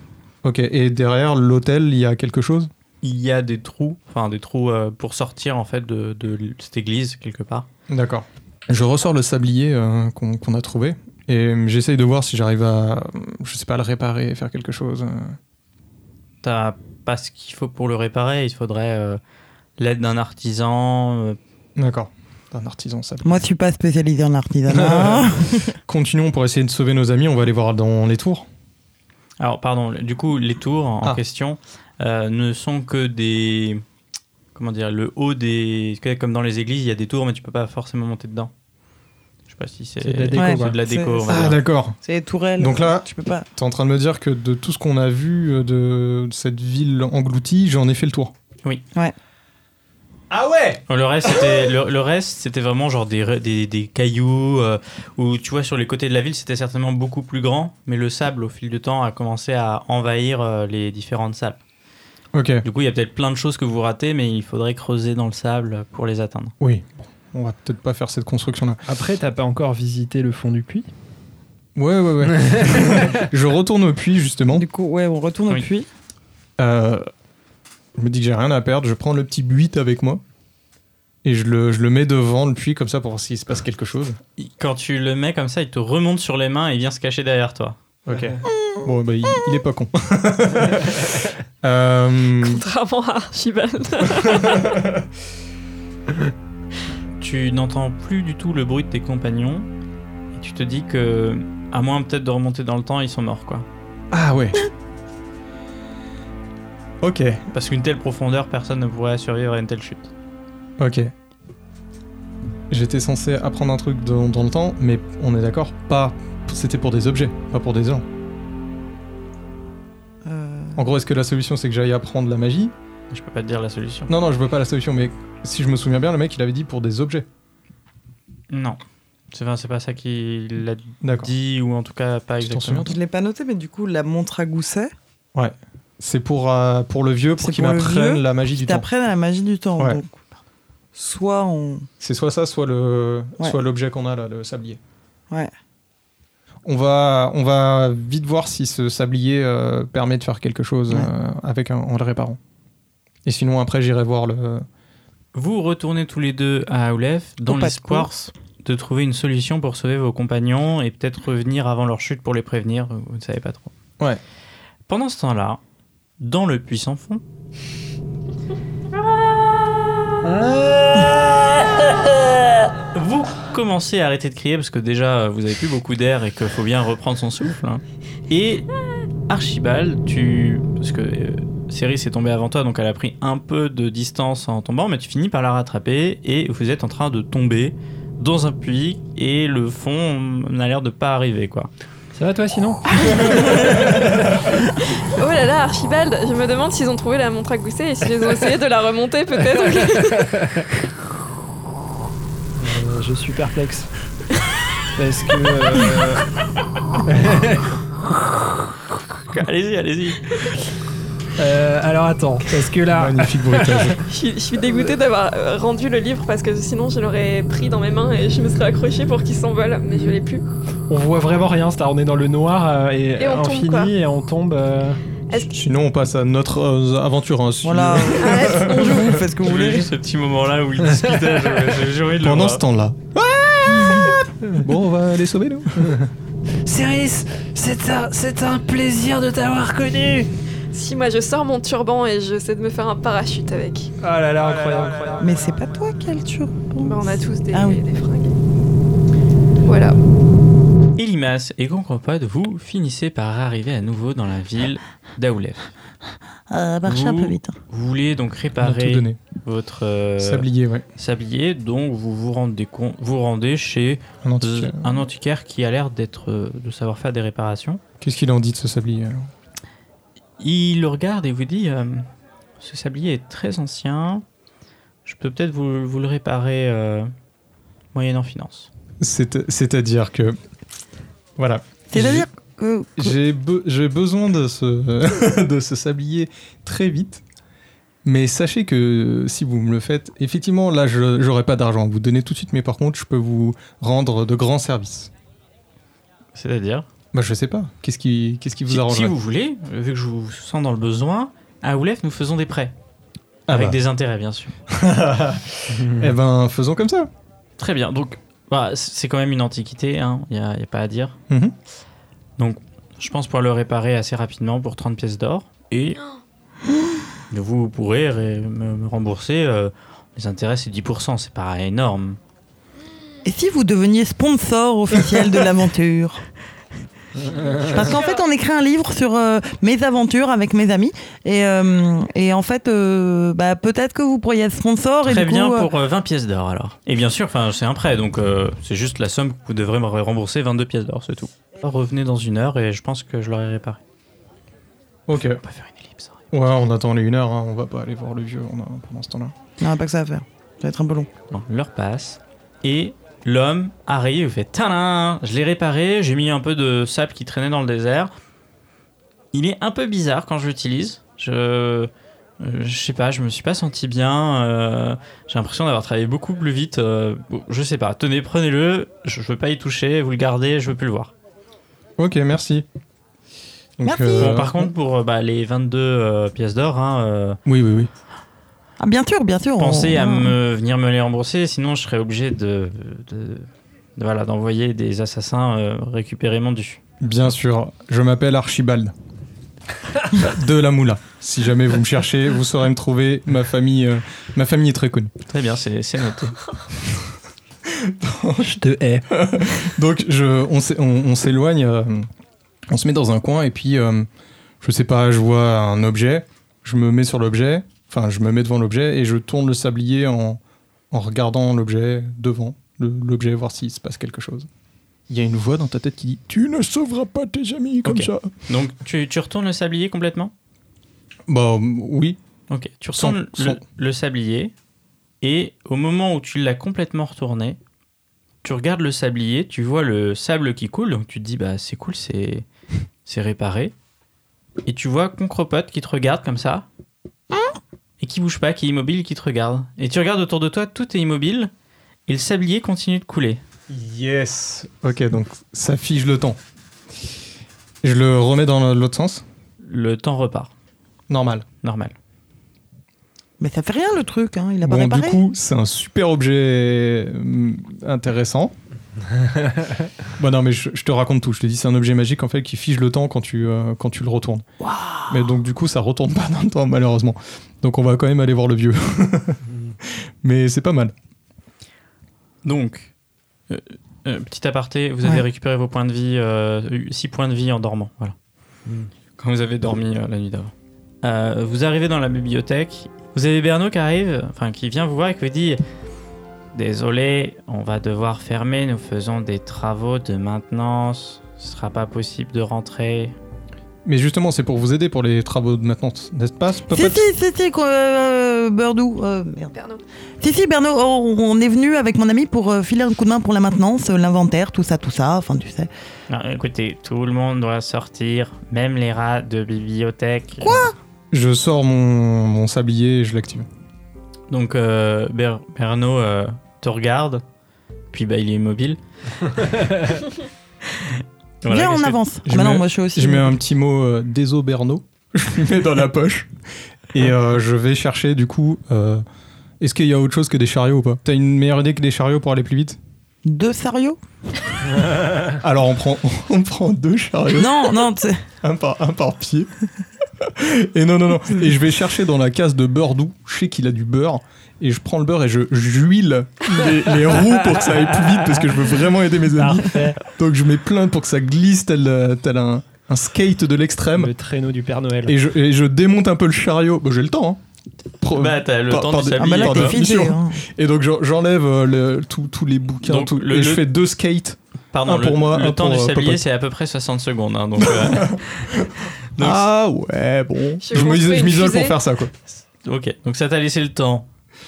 Ok, et derrière l'hôtel, il y a quelque chose
Il y a des trous, enfin des trous euh, pour sortir en fait de, de l- cette église quelque part.
D'accord. Je ressors le sablier euh, qu'on qu'on a trouvé et euh, j'essaye de voir si j'arrive à, euh, je sais pas, le réparer, faire quelque chose. euh.
T'as pas ce qu'il faut pour le réparer, il faudrait euh, l'aide d'un artisan, euh,
D'accord. Un artisan sablier.
Moi, je suis pas spécialisé en artisanat.
Continuons pour essayer de sauver nos amis. On va aller voir dans les tours.
Alors, pardon, le- du coup, les tours en
Ah.
question euh, ne sont que des. Comment dire Le haut des. Comme dans les églises, il y a des tours, mais tu peux pas forcément monter dedans. Je sais pas si c'est.
C'est de la déco,
Ouais.
c'est de la
C'est-
déco, on va
Ah
dire.
d'accord.
c'est les tourelles.
Donc là-
tu peux pas.
T'es en train de me dire que de tout ce qu'on a vu euh, de cette ville engloutie, j'en ai fait le tour.
Non, Le reste, c'était, le, le reste, c'était vraiment genre des, re- des, des cailloux, euh, où tu vois, sur les côtés de la ville, c'était certainement beaucoup plus grand, mais le sable, au fil du temps, a commencé à envahir euh, les différentes salles.
Ok.
Du coup, il y a peut-être plein de choses que vous ratez, mais il faudrait creuser dans le sable pour les atteindre.
Oui. Bon, On va peut-être pas faire cette construction là.
Après, t'as pas encore visité le fond du puits
Ouais ouais ouais. je retourne au puits justement.
Du coup, ouais, on retourne
Ah
Oui.
au puits.
Euh, je me dis que j'ai rien à perdre, je prends le petit buit avec moi et je le, je le mets devant le puits comme ça pour voir s'il se passe quelque chose.
Il- Quand tu le mets comme ça, il te remonte sur les mains et il vient se cacher derrière toi.
Ok. Bon, bah, il, il est pas con. Euh,
Contrairement à Archibald.
Tu n'entends plus du tout le bruit de tes compagnons et tu te dis que, à moins peut-être de remonter dans le temps, ils sont morts quoi.
ah ouais. Ok,
Parce qu'une telle profondeur, personne ne pourrait survivre à une telle chute.
ok. J'étais censé apprendre un truc dans, dans le temps, mais on est d'accord, pas. C'était pour des objets, pas pour des gens.
Euh,
En gros, est-ce que la solution c'est que j'aille apprendre la magie
Je peux pas te dire la solution.
Non, non, je veux pas la solution, mais si je me souviens bien, le mec il avait dit pour des objets.
Non. C'est enfin, c'est pas ça qu'il a
D'accord.
dit, ou en tout cas pas
Tu t'en
exactement.
souviens,
je l'ai pas noté, mais du coup, la montre à gousset,
C'est pour, euh, pour le vieux, pour
C'est
qu'il
pour le
m'apprenne
vieux
la magie
qui
du temps.
t'apprenne à la magie du temps.
Ouais.
Donc, soit on.
C'est soit ça, soit le,
Ouais.
soit l'objet qu'on a là, le sablier.
Ouais.
On va, on va vite voir si ce sablier euh, permet de faire quelque chose
Ouais.
euh, avec un- en le réparant. Et sinon, après, j'irai voir le.
Vous retournez tous les deux à Aoulef dans
Au pas de
l'espoir
course.
de trouver une solution pour sauver vos compagnons et peut-être revenir avant leur chute pour les prévenir. Vous ne savez pas trop.
Ouais.
Pendant ce temps-là, dans le puits sans fond. Vous commencez à arrêter de crier parce que déjà euh, vous avez plus beaucoup d'air et qu'il faut bien reprendre son souffle. hein. Et Archibald, tu. Parce que euh, Ceris est tombée avant toi donc elle a pris un peu de distance en tombant, mais tu finis par la rattraper et vous êtes en train de tomber dans un puits et le fond n'a l'air de pas arriver quoi.
Ça va toi sinon
Oh là là, Archibald, je me demande s'ils ont trouvé la montre à gousset et s'ils ont essayé de la remonter peut-être.
Euh, Je suis perplexe. Parce que. euh,
Allez-y, allez-y.
euh, alors attends, parce que là.
Magnifique bruitage.
je, suis, je suis dégoûtée d'avoir euh, rendu le livre parce que sinon je l'aurais pris dans mes mains et je me serais accrochée pour qu'il s'envole, mais je l'ai plus.
On voit vraiment rien, c'est-à-dire on est dans le noir euh, et,
Et on tombe,
infini
quoi.
et on tombe. euh,
Sinon, on passe à notre euh, aventure. hein, si-
Voilà,
Arrête.
on joue, faites ce que vous
Je voulais
voulez.
juste ce petit moment-là où il discutait, j'ai- j'ai envie de le
Pendant
voir.
ce temps-là. bon, on va les sauver, nous.
Cyrus, c'est un, c'est un plaisir de t'avoir connu.
Si moi je sors mon turban et j'essaie de me faire un parachute avec,
Ah là là, incroyable, incroyable.
Mais c'est pas toi qui as le turban.
Bah, on a tous des,
Ah oui.
des fringues. Voilà.
Et Limace et Concompote, vous finissez par arriver à nouveau dans la ville d'Aoulef.
Euh, marchez un peu
Vous-
vite. hein.
Vous voulez donc
On a tout
réparer
donné.
votre euh,
Sablier, ouais.
sablier, donc vous vous rendez, compte- vous rendez chez
Un antiquaire.
euh, un antiquaire qui a l'air d'être euh, de savoir faire des réparations.
Qu'est-ce qu'il en dit de ce sablier alors
Il le regarde et vous dit euh, Ce sablier est très ancien, je peux peut-être vous, vous le réparer euh, moyennant finance.
C'est- C'est-à-dire que. Voilà.
C'est-à-dire euh, que-
J'ai be- j'ai besoin de ce, de ce sablier très vite. Mais sachez que si vous me le faites, effectivement, là, je j'aurai pas d'argent à vous donner tout de suite, mais par contre, je peux vous rendre de grands services.
C'est-à-dire
Bah, je sais pas. Qu'est-ce qui, qu'est-ce qui vous
si,
arrange
si vous voulez, euh, vu que je vous sens dans le besoin, à Oulef, nous faisons des prêts.
Ah
avec
bah.
des intérêts, bien sûr.
Eh ben, faisons comme ça.
Très bien. Donc, bah, c- c'est quand même une antiquité, hein. il n'y a, y a pas à dire.
Mhm.
Donc, je pense pouvoir le réparer assez rapidement pour 30 pièces d'or. Et vous pourrez ré- me, me rembourser. euh, les intérêts, c'est 10%, c'est pas énorme.
Et si vous deveniez sponsor officiel de l'aventure Parce qu'en fait, on écrit un livre sur euh, mes aventures avec mes amis. Et, euh, et en fait, euh, bah, peut-être que vous pourriez être sponsor. et
Très
du
bien
coup, euh,
pour euh, 20 pièces d'or, alors. Et bien sûr, 'fin, c'est un prêt, donc euh, c'est juste la somme que vous devrez me rembourser 22 pièces d'or, c'est tout. Revenez dans une heure et je pense que je l'aurai réparé.
Ok. Ouais,
On va faire une ellipse. hein.
on attend les une heure, hein, on va pas aller voir le vieux on a- pendant ce temps-là.
on n'a pas que ça à faire. Ça va être un peu long.
Bon, l'heure passe et l'homme arrive et fait Tadam Je l'ai réparé, j'ai mis un peu de sable qui traînait dans le désert. Il est un peu bizarre quand je l'utilise. Je. euh, Je sais pas, je me suis pas senti bien. euh, j'ai l'impression d'avoir travaillé beaucoup plus vite. euh, bon, je sais pas. Tenez, prenez-le. Je, je veux pas y toucher. Vous le gardez. Je veux plus le voir.
Ok, merci. Donc,
Merci.
Bon, par contre, pour euh, bah, les 22 euh, pièces d'or, hein, euh,
Oui, oui, oui.
Ah, bien sûr, bien sûr. on-
Pensez à
on-
me venir me les rembourser, sinon je serais obligé de, de- de- voilà d'envoyer des assassins euh, récupérer mon dû.
Bien sûr, je m'appelle Archibald. de la Moula. Si jamais vous me cherchez, vous saurez me trouver. Ma famille, euh, ma famille est très connue.
Très bien, c'est c'est noté.
Je te hais.
Donc, je, on s'é- on- on s'éloigne, euh, on se met dans un coin, et puis, euh, je sais pas, je vois un objet, je me mets sur l'objet, enfin, je me mets devant l'objet, et je tourne le sablier en, en regardant l'objet devant le- l'objet, voir s'il se passe quelque chose. Il y a une voix dans ta tête qui dit Tu ne sauveras pas tes amis comme
Ok.
ça.
Donc tu, tu retournes le sablier complètement
Bah, oui,
Ok, tu retournes
Sans-
le,
sans-
le sablier et au moment où tu l'as complètement retourné, tu regardes le sablier, tu vois le sable qui coule, donc tu te dis bah c'est cool, c'est c'est réparé. Et tu vois Concrepote qui te regarde comme ça et qui bouge pas, qui est immobile, qui te regarde. Et tu regardes autour de toi, tout est immobile et le sablier continue de couler.
Yes. Ok, donc ça fige le temps. Je le remets dans l'autre sens.
Le temps repart,
Normal.
normal.
Mais ça fait rien le truc, hein, il a pas
Bon, du
réparé.
coup, c'est un super objet euh, intéressant. Bah bon, non, mais je, je te raconte tout. Je te dis, c'est un objet magique en fait qui fige le temps quand tu, euh, quand tu le retournes. Mais donc du coup, ça retourne pas dans le temps malheureusement. Donc on va quand même aller voir le vieux. Mais c'est pas mal.
Donc, euh, euh, petit aparté, vous avez
Ouais.
récupéré vos points de vie, 6 points de vie en dormant, voilà. Quand vous avez dormi euh, la nuit d'avant. Euh, vous arrivez dans la bibliothèque, vous avez Bernaud qui arrive, enfin qui vient vous voir et qui vous dit Désolé, on va devoir fermer, nous faisons des travaux de maintenance, ce sera pas possible de rentrer.
Mais justement, c'est pour vous aider pour les travaux de maintenance, n'est-ce pas
Si,
Popote
si, si, si, qu'on- euh, Berdou, euh, merde.
Bernaud.
Si, si, Bernaud, on, on est venu avec mon ami pour euh, filer un coup de main pour la maintenance, euh, l'inventaire, tout ça, tout ça, enfin, tu sais.
Non, écoutez, tout le monde doit sortir, même les rats de bibliothèque. Quoi
Je sors mon, mon sablier et je l'active.
Donc euh, Ber- Berno euh, te regarde, puis bah, il est immobile. Voilà,
Viens,
qu'est-ce
on
que-
avance. Ah
je
bah non,
mets-
moi je suis aussi.
Je mets un petit mot euh, déso Berno, je le mets dans la poche et euh, je vais chercher du coup. euh, Est-ce qu'il y a autre chose que des chariots ou pas T'as une meilleure idée que des chariots pour aller plus vite
Deux sérieux
Alors on prend, on prend deux chariots,
Non, non, tu sais.
un par, un par pied. Et non, non, non. Et je vais chercher dans la case de beurre doux. Je sais qu'il a du beurre. Et je prends le beurre et je j'huile les, les roues pour que ça aille plus vite parce que je veux vraiment aider mes amis. Donc je mets plein pour que ça glisse tel, euh, tel un, un skate de l'extrême.
Le traîneau du Père Noël.
Et je, et je démonte un peu le chariot. Bah, j'ai le temps, hein. Pro-
Bah, t'as le
Par-
temps
par-
de
Ah bah
ah,
s'habiller.
là,
pardon.
t'es figé.
Mission.
hein.
Et donc j'en- j'enlève euh, le- tous- tous les bouquins.
Donc,
tout-
le-
et je
le-
fais deux skates.
Pardon,
un
le,
pour moi,
le
un
temps
pour,
du
euh,
sablier,
Popote.
c'est à peu près 60 secondes. hein, donc, euh, Donc,
ah ouais, bon.
Je- je
je
me fais
m'isole- je
une
m'isole
fusée.
pour faire ça, quoi.
ok, donc ça t'a laissé le temps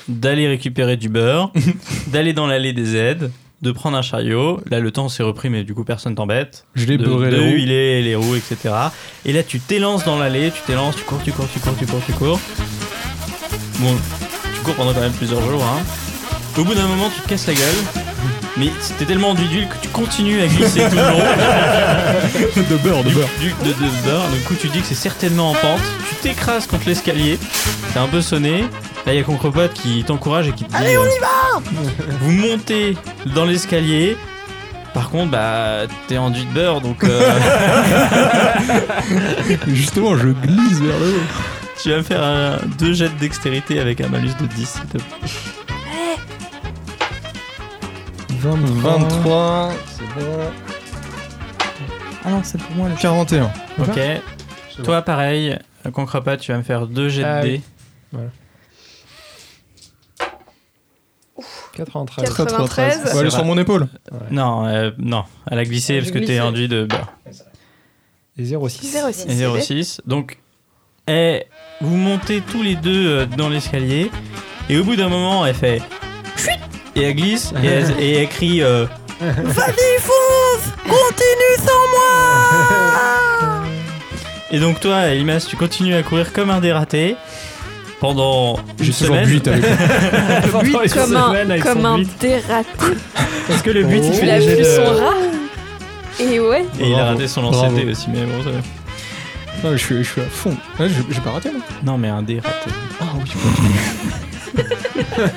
d'aller récupérer du beurre, d'aller dans l'allée des aides, de prendre un chariot. Là, le temps s'est repris, mais du coup, personne t'embête.
Je l'ai
de,
beurré
de
les roues.
huiler les roues, etc. Et là, tu t'élances dans l'allée, tu t'élances, tu cours, tu cours, tu cours, tu cours, tu cours. Bon, tu cours pendant quand même plusieurs jours. Hein. Au bout d'un moment, tu te casses la gueule. Mais t'es tellement enduit d'huile que tu continues à glisser tout le long
de beurre, de
du,
beurre.
du, de, de, de beurre. Du coup, tu dis que c'est certainement en pente. Tu t'écrases contre l'escalier. T'es un peu sonné. Là, il y a Concrepote qui t'encourage et qui te dit Allez, on y va Vous montez dans l'escalier. Par contre, bah, t'es enduit de beurre, donc. euh,
Et Justement, je glisse vers le haut.
Tu vas me faire un, deux jets de dextérité avec un malus de 10, s'il te plaît.
Oh.
23, c'est bon.
Ah non, c'est pour moi le
41.
Ok. Toi, pareil, concre pas, tu vas me faire deux jets
Ah
de
oui.
dés.
93.
Quatre- 93.
Ouais, elle est sur mon épaule.
Non, euh, non, à la
Ah,
glissée, parce que t'es enduit de beurre.
Et 06.
06.
Et 06. Donc, eh, vous montez tous les deux euh, dans l'escalier, et au bout d'un moment, elle fait. Chut Et elle glisse, et elle, et elle crie. euh,
Vas-y, fonce Continue sans
Et donc, toi, Elimas, tu continues à courir comme un dératé pendant une
J'ai toujours
semaine.
buite avec moi.
Lui,
Attends, ils sont
comme
semaines, là,
un,
ils
comme
sont
un
vite.
dératé.
Est-ce que le but, il fait
Oh,
Il a
des jets
vu
de-
son rat. Et ouais.
Et il a
Bravo.
raté son lancer de
Bravo.
dés aussi, mais bon, ça va.
Non, mais je, suis, je suis à fond. Ouais, j'ai j'ai pas raté, moi.
Non, mais un dé raté.
Ah oui.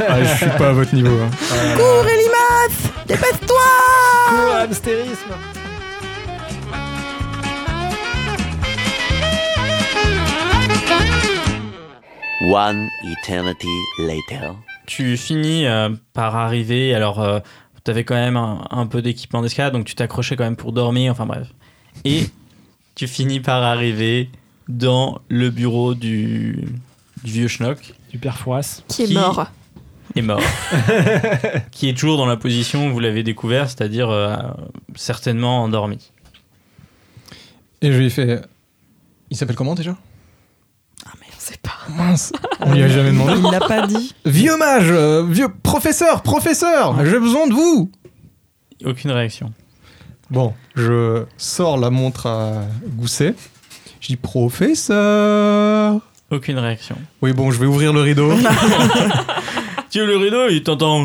ah, je suis pas à votre niveau. hein.
Cours, Elimas Dépêche-toi
Cours, hamstérisme.
One eternity later.
Tu finis euh, par arriver, alors euh, t'avais quand même un, un peu d'équipement d'escalade, donc tu t'accrochais quand même pour dormir, enfin bref. Et tu finis par arriver dans le bureau du, du vieux schnock,
Du Père Fouras.
Qui est
Qui-
mort.
qui est mort. qui est toujours dans la position où vous l'avez découvert, c'est-à-dire euh, certainement endormi.
Et je lui ai fait. Il s'appelle comment déjà
On sait pas.
Mince. On lui a jamais demandé.
Il l'a pas dit.
Vieux mage, euh, vieux professeur, professeur, j'ai besoin de vous.
Aucune réaction.
Bon, je sors la montre à Gousset. Je dis professeur.
Aucune réaction.
Oui, bon, je vais ouvrir le rideau.
Tu Ah. le rideau, il t'entend.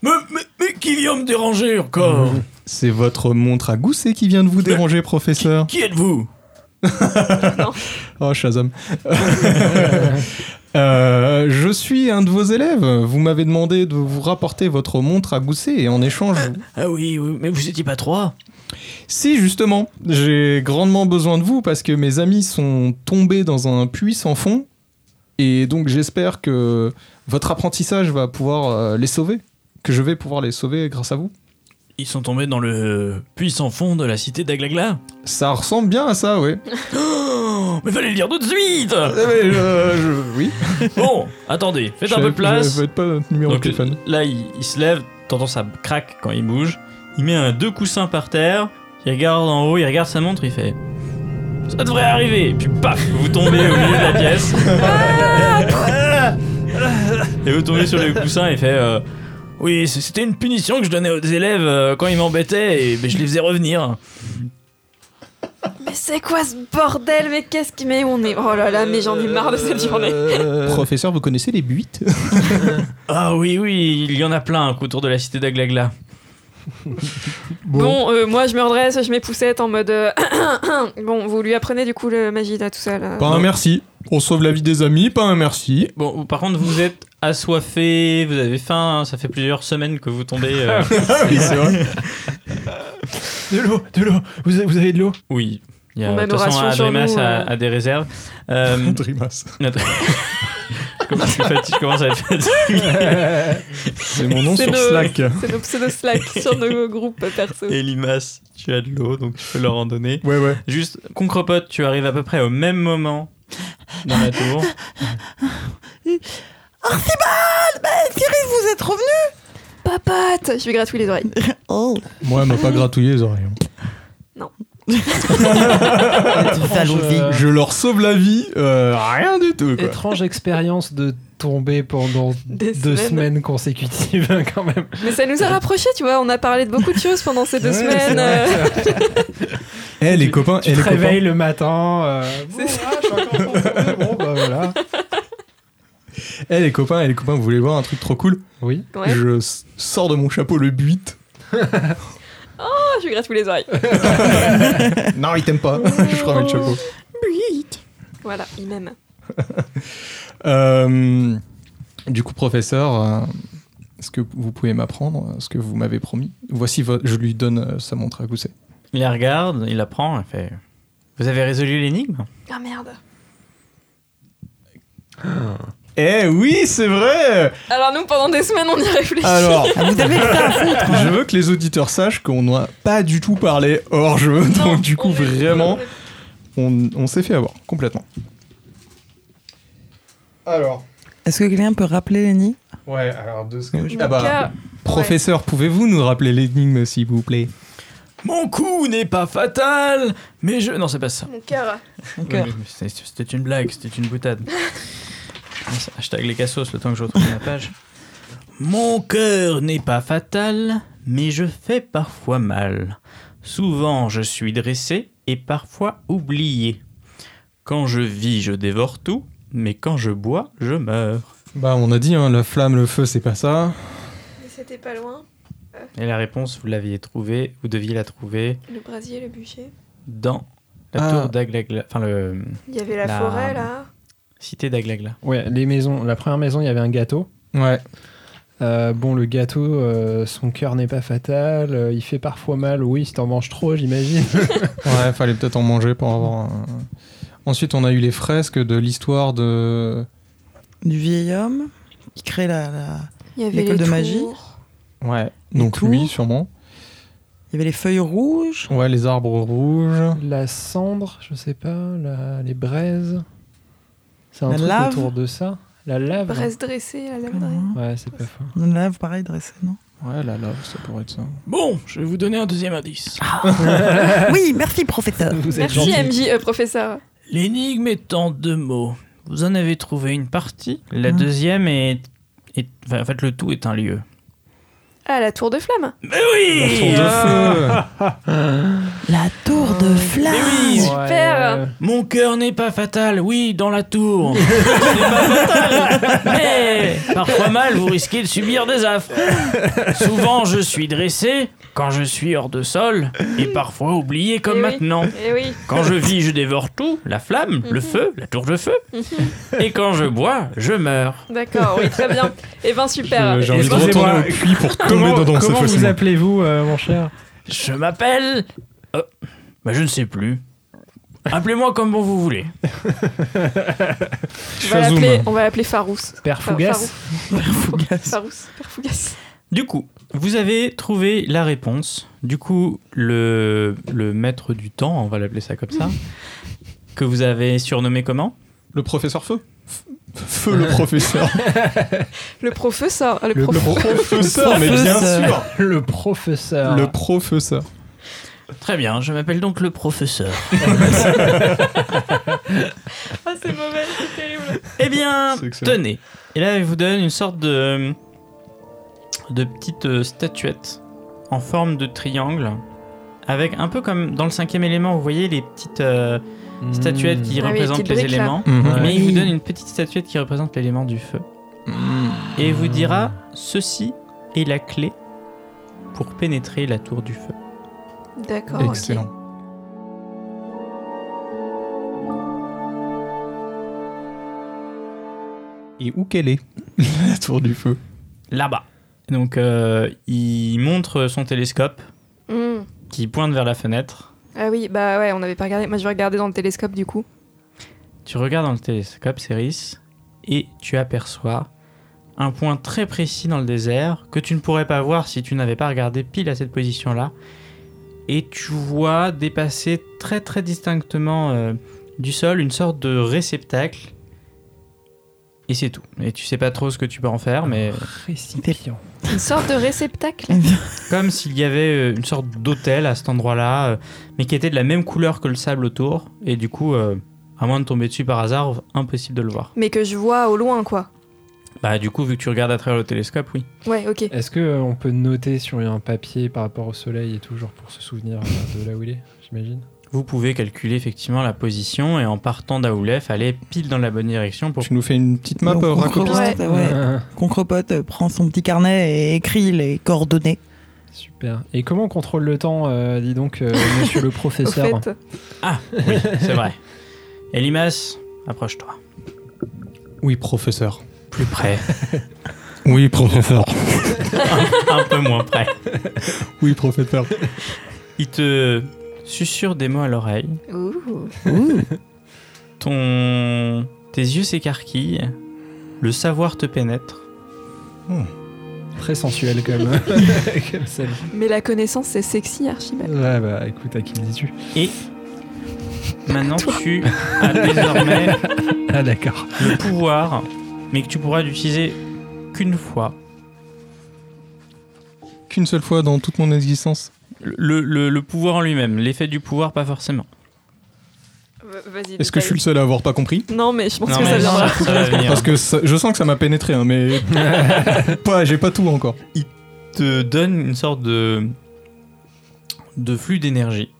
Mais, mais, mais qui vient me déranger encore
C'est votre montre à Gousset qui vient de vous déranger, professeur.
Qui êtes-vous
Oh, Shazam. Euh, je suis un de vos élèves. Vous m'avez demandé de vous rapporter votre montre à gousset et en échange.
Ah oui, oui, mais vous étiez pas trois.
Si, justement, j'ai grandement besoin de vous parce que mes amis sont tombés dans un puits sans fond. Et donc, j'espère que votre apprentissage va pouvoir euh, les sauver. Que je vais pouvoir les sauver grâce à vous.
Ils sont tombés dans le puits sans fond de la cité d'Aglagla.
Ça ressemble bien à ça, oui.
Oh, mais fallait le dire tout de suite
mais je- je- oui.
Bon, attendez, faites un
Je-
peu de place.
je vais pas votre numéro
Donc,
de téléphone.
Là, il, il se lève, t'entends ça craque quand il bouge. Il met un, deux coussins par terre, il regarde en haut, il regarde sa montre, il fait. Ça devrait arriver Et Puis paf, vous tombez au milieu de la pièce. et vous tombez sur le coussin et fait. euh, oui, c- c'était une punition que je donnais aux élèves euh, quand ils m'embêtaient et ben, je les faisais revenir.
Mais c'est quoi ce bordel Mais qu'est-ce qui met on est Oh là là, mais j'en ai marre de cette journée.
Professeur, vous connaissez les buites
Ah oui, oui, il y en a plein
hein,
autour de la cité d'Aglagla.
Bon, euh, moi je me redresse, je mets poussette en mode. euh, bon, vous lui apprenez du coup le magie là tout euh, ça là.
Pas un merci. On sauve la vie des amis, pas un merci.
Bon, par contre, vous êtes assoiffé, vous avez faim, hein, ça fait plusieurs semaines que vous tombez. euh.
oui, c'est vrai.
De l'eau, de l'eau. Vous avez, vous avez de l'eau
Oui. Il y a,
On
de
a
toute
nos
façon,
rations sur
Adrimas
nous,
a,
euh.
a des réserves. Euh,
Adrimas.
notre- je, commence à être fatigué, je commence à être fatigué.
C'est mon nom
C'est
sur
nos-
Slack.
C'est nos pseudo-slack sur nos groupes perso.
Et Limas, tu as de l'eau, donc tu peux leur en donner.
Ouais, ouais.
Juste, Concrepote, tu arrives à peu près au même moment dans la tour.
Archibald Bah, Cyrus, vous êtes revenu
Papate Je vais gratouiller les oreilles.
Oh
Moi, elle m'a pas gratouillé les oreilles. hein.
euh,
Je leur sauve la vie, euh, rien du tout. Quoi.
Étrange expérience de tomber pendant
Des
deux
semaines.
semaines, consécutives, hein, quand même.
Mais ça nous a rapprochés, tu vois, on a parlé de beaucoup de choses pendant ces deux
Ouais, c'est
semaines.
vrai,
euh,
Eh, les copains,
Tu
eh,
te
les copains.
réveilles le matin. euh, bon, ah, je suis encore concentré, bon, bah voilà.
Eh, les copains, eh, les copains, vous voulez voir un truc trop cool
Oui.
Ouais.
Je s- sors de mon chapeau le buit.
Oh, je vais gratouiller les oreilles.
non, il t'aime pas. je remets le chapeau.
Voilà, il m'aime.
Euh, du coup, professeur, euh, est-ce que vous pouvez m'apprendre euh, ce que vous m'avez promis Voici, vo- je lui donne euh, sa montre à gousset.
Il la regarde, il la prend, il fait Vous avez résolu l'énigme
Ah merde.
Eh oui, c'est vrai
Alors nous, pendant des semaines, on y réfléchit.
Alors,
à
je veux que les auditeurs sachent qu'on n'a pas du tout parlé hors jeu, donc du coup, vraiment, on, on s'est fait avoir complètement. Alors.
Est-ce que quelqu'un peut rappeler Lenny
Ouais, alors deux
secondes.
Ah bah, professeur, pouvez-vous nous rappeler l'énigme, s'il vous plaît
Mon coup n'est pas fatal, mais je. Non, c'est pas ça.
Mon cœur.
cœur.
Oui, mais c'est- C'était une blague, c'était une boutade. Mince, Hashtag les cassos, le temps que je retrouve la page. Mon cœur n'est pas fatal, mais je fais parfois mal. Souvent je suis dressé et parfois oublié. Quand je vis, je dévore tout, mais quand je bois, je meurs.
Bah, on a dit, hein, la flamme, le feu, c'est pas ça.
Mais c'était pas loin.
Et la réponse, vous l'aviez trouvée, vous deviez la trouver
Le brasier, le bûcher.
dans la
Ah.
tour d'Aglagla. Enfin, le.
Il y avait la, forêt là.
Cité d'Aglagla.
Ouais, les maisons. La première maison, il y avait un gâteau.
Ouais.
Euh, bon, le gâteau, euh, son cœur n'est pas fatal. euh, il fait parfois mal. Oui, si t'en manges trop, j'imagine.
Ouais, fallait peut-être en manger pour avoir un... Ensuite, on a eu les fresques de l'histoire de...
Du vieil homme qui crée la, la-
Il y avait
l'école
les
de magie.
tours.
Ouais. Donc lui, sûrement.
Il y avait les feuilles rouges.
Ouais, les arbres rouges.
la cendre, je sais pas. la- les braises. C'est un
La
truc
lave.
autour de ça. La lave.
Bresse dressée, la lave dressée.
Ouais, c'est pas fou.
On lave pareil dressé, non
Ouais, la lave, ça pourrait être ça.
Bon, je vais vous donner un deuxième indice.
Ah,
Oui, merci, professeur.
Merci MJ, euh, professeur.
L'énigme est en deux mots.
Vous en avez trouvé une partie. La
Mmh.
Hmm.
deuxième est. est- enfin, en fait, le tout est un lieu.
Ah, la tour de flamme.
Mais oui
euh,
euh, Tour de feu
La tour de flamme
Super
Mon cœur n'est pas fatal, oui, dans la tour. Ce n'est pas fatal, mais parfois mal, vous risquez de subir des affres. Souvent, je suis dressé quand je suis hors de sol, et parfois oublié comme
Eh oui,
maintenant.
eh oui.
Quand je vis, je dévore tout la flamme, le
Mhm.
feu, la tour de feu. Et quand je bois, je meurs.
D'accord, oui, très bien. Et ben super.
j'ai envie de
Excusez-moi,
retourner au puits pour tomber
comment-
dedans, cette
Comment
fois-ci.
vous appelez-vous, euh, mon cher
Je m'appelle. Oh, bah, je ne sais plus. Appelez-moi comme bon vous voulez.
On va l'appeler- on va l'appeler Farousse.
Père
Fa-
Fougas.
Farou-
Père Fougas.
Farousse. Père Fougas.
Du coup, vous avez trouvé la réponse. Du coup, le, le maître du temps, on va l'appeler ça comme ça, que vous avez surnommé comment
Le professeur Feu Feu le professeur.
Le professeur. Le,
Le
prof-
professeur, mais bien sûr.
Le professeur.
Le professeur.
Très bien, je m'appelle donc le professeur.
Ah, c'est mauvais, c'est terrible.
Eh bien, tenez. Et là, il vous donne
une sorte de, de petite euh, statuette en forme de triangle, avec un peu comme dans le cinquième élément, vous voyez les petites euh, statuettes qui
Ah oui, les
représentent
petites
les
briques, là.
éléments.
Mhm.
Mais il
Oui.
vous donne une petite statuette qui représente l'élément du feu. Et il vous dira, ceci est la clé pour pénétrer la tour du feu.
D'accord. ok.
Et où qu'elle est La tour du feu.
Là-bas. Donc euh, il montre son télescope
Hmm.
qui pointe vers la fenêtre.
Ah oui, bah ouais, on n'avait pas regardé. Moi, je vais regarder dans le télescope du coup.
Tu regardes dans le télescope, Céris, et tu aperçois un point très précis dans le désert que tu ne pourrais pas voir si tu n'avais pas regardé pile à cette position-là. Et tu vois dépasser très très distinctement euh, du sol une sorte de réceptacle. Et c'est tout. Et tu sais pas trop ce que tu peux en faire, mais
Récipient.
Une sorte de réceptacle.
comme s'il y avait euh, une sorte d'hôtel à cet endroit-là, euh, mais qui était de la même couleur que le sable autour. Et du coup, euh, à moins de tomber dessus par hasard, impossible de le voir.
Mais que je vois au loin, quoi.
Bah du coup, vu que tu regardes à travers le télescope, oui.
Ouais, ok.
Est-ce que euh, on peut noter sur un papier par rapport au soleil et tout, genre pour se souvenir euh, de là où il est, j'imagine
Vous pouvez calculer effectivement la position et en partant d'Aoulef, aller pile dans la bonne direction pour...
Tu nous fais une petite map,
Donc,
euh,
Concrepote,
racopiste
ouais. Concrepote, euh, prend son petit carnet et écrit les coordonnées.
Super. Et comment on contrôle le temps, euh, dis donc, euh, monsieur le professeur
Au fait.
Ah, oui, c'est vrai. Elimas, approche-toi.
Oui, professeur.
Plus près.
Oui, professeur.
un, un peu moins près.
Oui, professeur.
Il te susurre des mots à l'oreille.
Ouh.
Ton... Tes yeux s'écarquillent. Le savoir te pénètre.
Très sensuel, quand même. Comme celle.
Mais la connaissance, c'est sexy, Archibald.
Ouais, bah écoute, à qui me dis-tu
Et maintenant tu as désormais
Ah, d'accord.
le pouvoir, mais que tu pourras l'utiliser qu'une fois.
Qu'une seule fois dans toute mon existence.
Le, le- le pouvoir en lui-même, l'effet du pouvoir pas forcément.
Va- Vas-y.
Est-ce que je suis le seul à avoir pas compris
détaille. Non, mais je pense
Non,
que ça
mais
viendra.
ça va venir.
Parce que ça- je sens que ça m'a pénétré, hein, mais pas, j'ai pas tout encore.
te donne une sorte de de flux d'énergie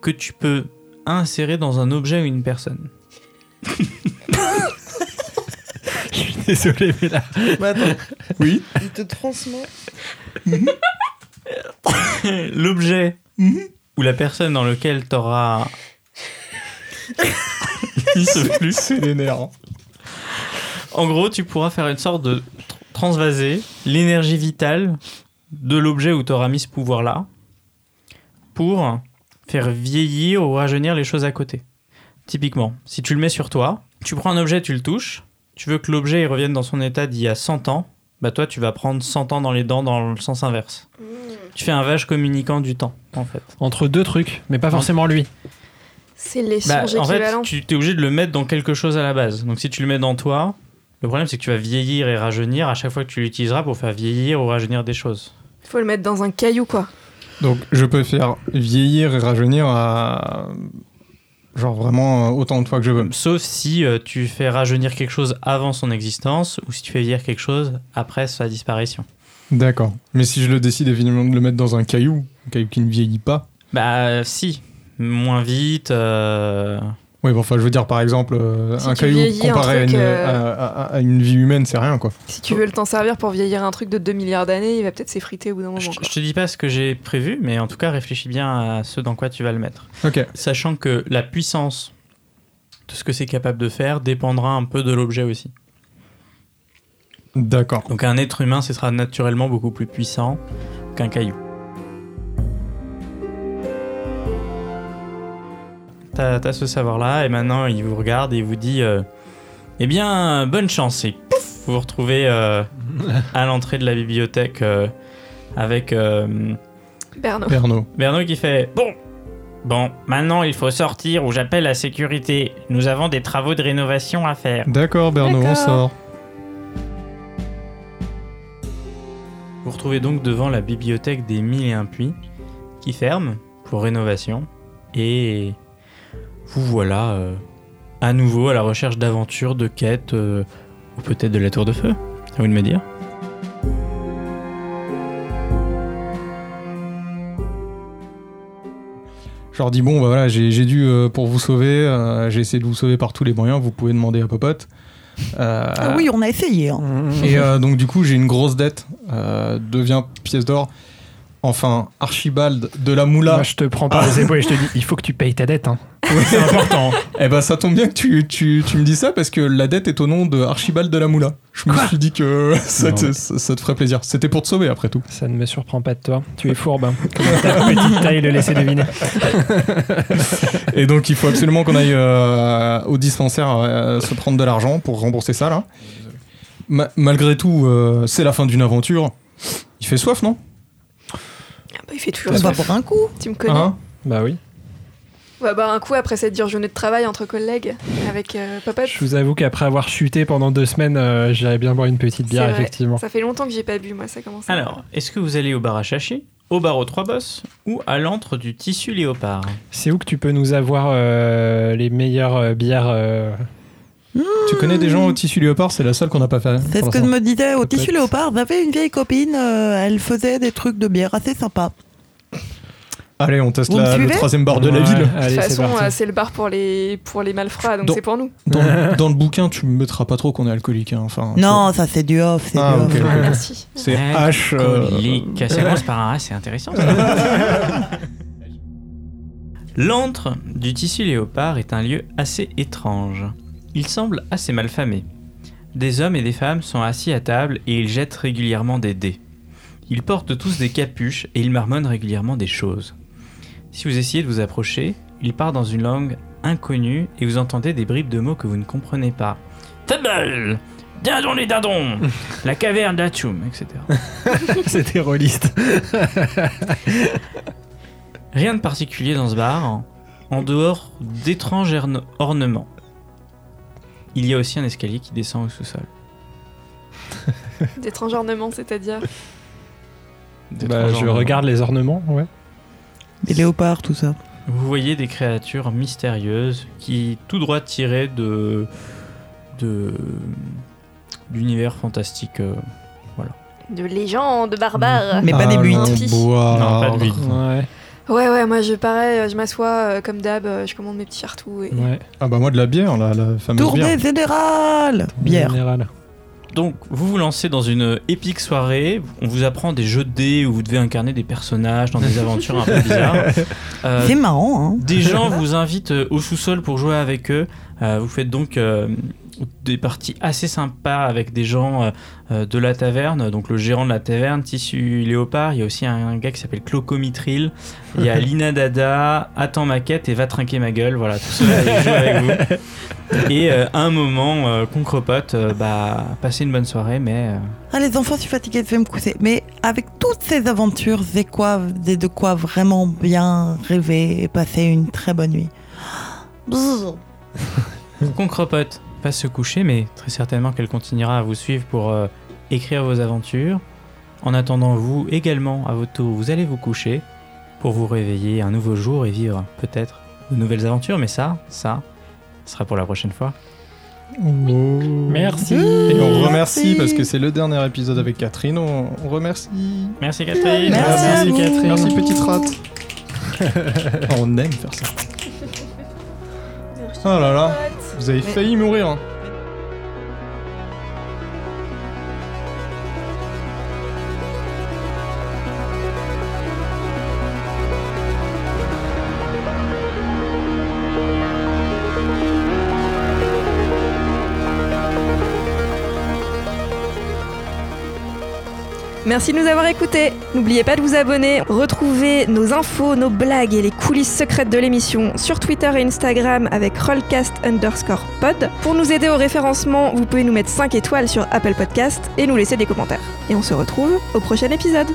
que tu peux insérer dans un objet ou une personne.
Désolé, mais là.
Oui.
Bah, il te transmet.
L'objet ou la personne dans lequel t'auras mis ce flux.
C'est les nerfs. hein.
En gros, tu pourras faire une sorte de tr- transvaser l'énergie vitale de l'objet où tu auras mis ce pouvoir-là pour faire vieillir ou rajeunir les choses à côté. Typiquement, si tu le mets sur toi, tu prends un objet, tu le touches, tu veux que l'objet il revienne dans son état d'il y a 100 ans, bah toi tu vas prendre 100 ans dans les dents dans le sens inverse. Tu fais un vache communicant du temps, en fait.
Entre deux trucs, mais pas forcément lui.
C'est l'échange
Bah, en fait,
équivalent.
tu es obligé de le mettre dans quelque chose à la base. Donc si tu le mets dans toi, le problème c'est que tu vas vieillir et rajeunir à chaque fois que tu l'utiliseras pour faire vieillir ou rajeunir des choses.
Faut le mettre dans un caillou, quoi.
Donc je peux faire vieillir et rajeunir à genre vraiment euh, autant de fois que je veux.
Sauf si euh, tu fais rajeunir quelque chose avant son existence ou si tu fais vieillir quelque chose après sa disparition.
D'accord. Mais si je le décide évidemment de le mettre dans un caillou, un caillou qui ne vieillit pas.
Bah si, moins vite. euh,
Oui, bon, enfin, je veux dire, par exemple, euh,
Si
un
tu
caillou
vieillis un
comparé à,
truc,
une,
euh,
à- à- à une vie humaine, c'est rien, quoi.
Si tu veux le t'en servir pour vieillir un truc de 2 milliards d'années, il va peut-être s'effriter au bout d'un moment. quoi.
Je te dis pas ce que j'ai prévu, mais en tout cas, réfléchis bien à ce dans quoi tu vas le mettre.
Ok.
Sachant que la puissance de ce que c'est capable de faire dépendra un peu de l'objet aussi.
D'accord.
Donc un être humain, ce sera naturellement beaucoup plus puissant qu'un caillou. T'as t'as ce savoir-là, et maintenant il vous regarde et il vous dit euh, Eh bien, bonne chance. Et pouf, vous vous retrouvez euh, à l'entrée de la bibliothèque euh, avec euh,
Berno.
Berno.
Berno qui fait Bon, bon, maintenant il faut sortir ou j'appelle la sécurité. Nous avons des travaux de rénovation à faire.
D'accord, Berno, on
D'accord.
sort.
Vous vous retrouvez donc devant la bibliothèque des Mille et un Puits, qui ferme pour rénovation, et vous voilà euh, à nouveau à la recherche d'aventures, de quêtes, euh, ou peut-être de la tour de feu, à vous de me dire.
Je leur dis bon bah voilà j'ai j'ai dû euh, pour vous sauver euh, j'ai essayé de vous sauver par tous les moyens vous pouvez demander à Popote. Euh,
Ah oui, on a essayé. hein.
Et euh, donc du coup j'ai une grosse dette euh, devient pièce d'or enfin Archibald de la Moula.
Moi, je te prends par les épaules et je te dis, il faut que tu payes ta dette. Hein.
c'est important. Eh ben ça tombe bien que tu, tu, tu me dis ça parce que la dette est au nom de Archibald de la Moula. Je me suis dit que ça te,
Non.
ça- ça te ferait plaisir. C'était pour te sauver après tout.
Ça ne me surprend pas de toi. Tu es fourbe. Hein. Comme ta petite taille le laissait deviner.
Et donc il faut absolument qu'on aille euh, au dispensaire euh, se prendre de l'argent pour rembourser ça là. Ma- malgré tout, euh, c'est la fin d'une aventure. Il fait soif, non
Ah bah, il fait toujours
T'as
ça.
soif.
un coup.
Tu me connais.
Hein
bah oui.
On va boire un coup après cette dure journée de travail entre collègues avec euh, Papa.
Je vous avoue qu'après avoir chuté pendant deux semaines, euh, j'irais bien boire une petite bière, effectivement.
Ça fait longtemps que j'ai pas bu, moi, ça commence. à-
Alors, est-ce que vous allez au bar à chaché, au bar aux trois bosses, ou à l'antre du tissu léopard
C'est où que tu peux nous avoir euh, les meilleures euh, bières euh,
Tu connais des gens au tissu léopard C'est la seule qu'on n'a pas fait. hein,
C'est ce
pour
que
l'instant.
me disait au tissu
Peut-être.
léopard. J'avais une vieille copine, euh, elle faisait des trucs de bière assez sympas.
Allez, on teste
Vous me
la- le
suivez
troisième bar de la
Ouais,
ville.
De toute
Allez, c'est
façon,
parti.
euh, c'est le bar pour les, pour les malfrats, donc
Dans-
c'est pour nous.
Dans, dans le bouquin, tu me mettras pas trop qu'on est alcoolique. hein, Enfin,
Non, ça c'est du off, c'est
Ah,
du
ok.
off.
Merci.
c'est H. euh,
Alcoolique. Ça commence par un A, c'est intéressant. ça. L'antre du tissu léopard est un lieu assez étrange. Il semble assez malfamé. Des hommes et des femmes sont assis à table et ils jettent régulièrement des dés. Ils portent tous des capuches et ils marmonnent régulièrement des choses. Si vous essayez de vous approcher, il part dans une langue inconnue et vous entendez des bribes de mots que vous ne comprenez pas. Table Dindon les dindons La caverne d'Atchoum, etc.
euh,
C'était rôliste.
Rien de particulier dans ce bar, en- en dehors d'étranges erne- ornements. Il y a aussi un escalier qui descend au sous-sol.
D'étranges ornements, c'est-à-dire.
Bah,
D'étranges
je
ornements.
regarde les ornements, ouais.
Des léopards, tout ça.
Vous voyez des créatures mystérieuses qui, tout droit tirées de. de. d'univers fantastique. euh,
De légendes barbares.
Mais pas des buites.
allons
Pi.
boire.
Non, pas de buites.
Ouais,
Ouais, ouais, moi, je pareil, euh, je m'assois euh, comme d'hab, euh, je commande mes petits chartous. Et...
ouais.
Ah bah moi de la bière, la, la fameuse
Tournée
bière.
générale Bière.
Général.
Donc, vous vous lancez dans une épique soirée. On vous apprend des jeux de dés où vous devez incarner des personnages dans des aventures un peu bizarres. Euh,
C'est marrant, hein
Des gens vous invitent euh, au sous-sol pour jouer avec eux. Euh, vous faites donc euh, des parties assez sympas avec des gens euh, euh, de la taverne. Donc le gérant de la taverne, Tissu Léopard. Il y a aussi un, un gars qui s'appelle Cloco Mitril. Il y a Lina Dada, Attends ma quête et Va trinquer ma gueule. Voilà, tout cela ils jouent avec vous. Et euh, à un moment euh, qu'on crepote, euh, bah, passez une bonne soirée, mais... euh,
Ah, les enfants, je suis fatiguée, je vais me coucher. Mais avec toutes ces aventures, c'est quoi C'est de quoi vraiment bien rêver et passer une très bonne nuit. Bzzz.
Qu'on crepote va se coucher, mais très certainement qu'elle continuera à vous suivre pour euh, écrire vos aventures. En attendant, vous également, à votre tour, vous allez vous coucher pour vous réveiller un nouveau jour et vivre peut-être de nouvelles aventures, mais ça, ça sera pour la prochaine fois.
Merci.
Et Oh. on remercie
Merci.
parce que c'est le dernier épisode avec Catherine. On, on remercie.
Merci Catherine
Merci à vous.
Catherine. Merci petite rate. On aime faire ça. Oh là là, vous avez
Mais-
failli mourir. hein.
Merci de nous avoir écoutés. N'oubliez pas de vous abonner. Retrouvez nos infos, nos blagues et les coulisses secrètes de l'émission sur Twitter et Instagram avec Rollcast underscore pod. Pour nous aider au référencement, vous pouvez nous mettre 5 étoiles sur Apple Podcast et nous laisser des commentaires. Et on se retrouve au prochain épisode.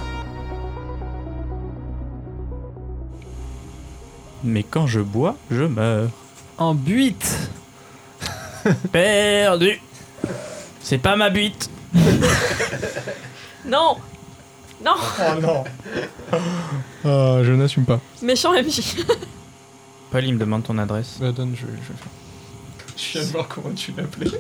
Mais quand je bois, je meurs. En buite Perdu C'est pas ma buite
Non Non
Oh non Euh, je n'assume pas.
Méchant MJ
Paul, il me demande ton adresse.
Bah, donne, je, je vais faire. Je viens de voir comment tu l'appelais.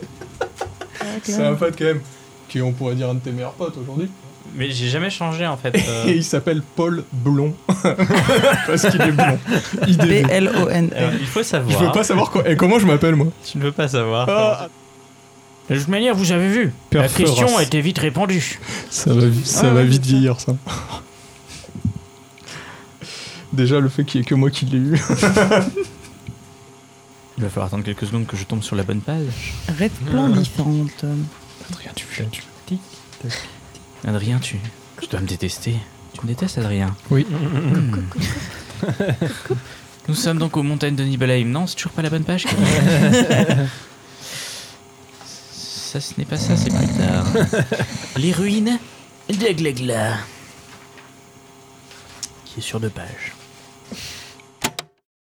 C'est
clairement.
un pote quand même, qui on pourrait dire un de tes meilleurs potes aujourd'hui.
Mais j'ai jamais changé en fait. euh.
Et il s'appelle Paul Blond. Parce qu'il est blond. IDB.
Alors, Euh, Il faut savoir.
Je veux pas savoir quoi- et comment je m'appelle moi.
Tu ne veux pas savoir.
Ah.
De toute manière, vous avez vu.
Père
la question
Florence.
a été vite répondue.
Ça va, vi- ça
Ah
va
ouais,
vite vieillir ça. Déjà le fait qu'il y ait que moi qui l'ai eu.
Il va falloir attendre quelques secondes que je tombe sur la bonne page.
Resplendissante.
Adrien, tu fais tu.
Tic, tac, tic. Adrien, tu. Tu dois me détester. Tu me détestes, Adrien
Oui.
Nous sommes donc aux montagnes de Nibelheim. Non, c'est toujours pas la bonne page. Camille. ça, ce n'est pas ça, c'est plus tard. Les ruines de Glegla. Qui est sur deux pages.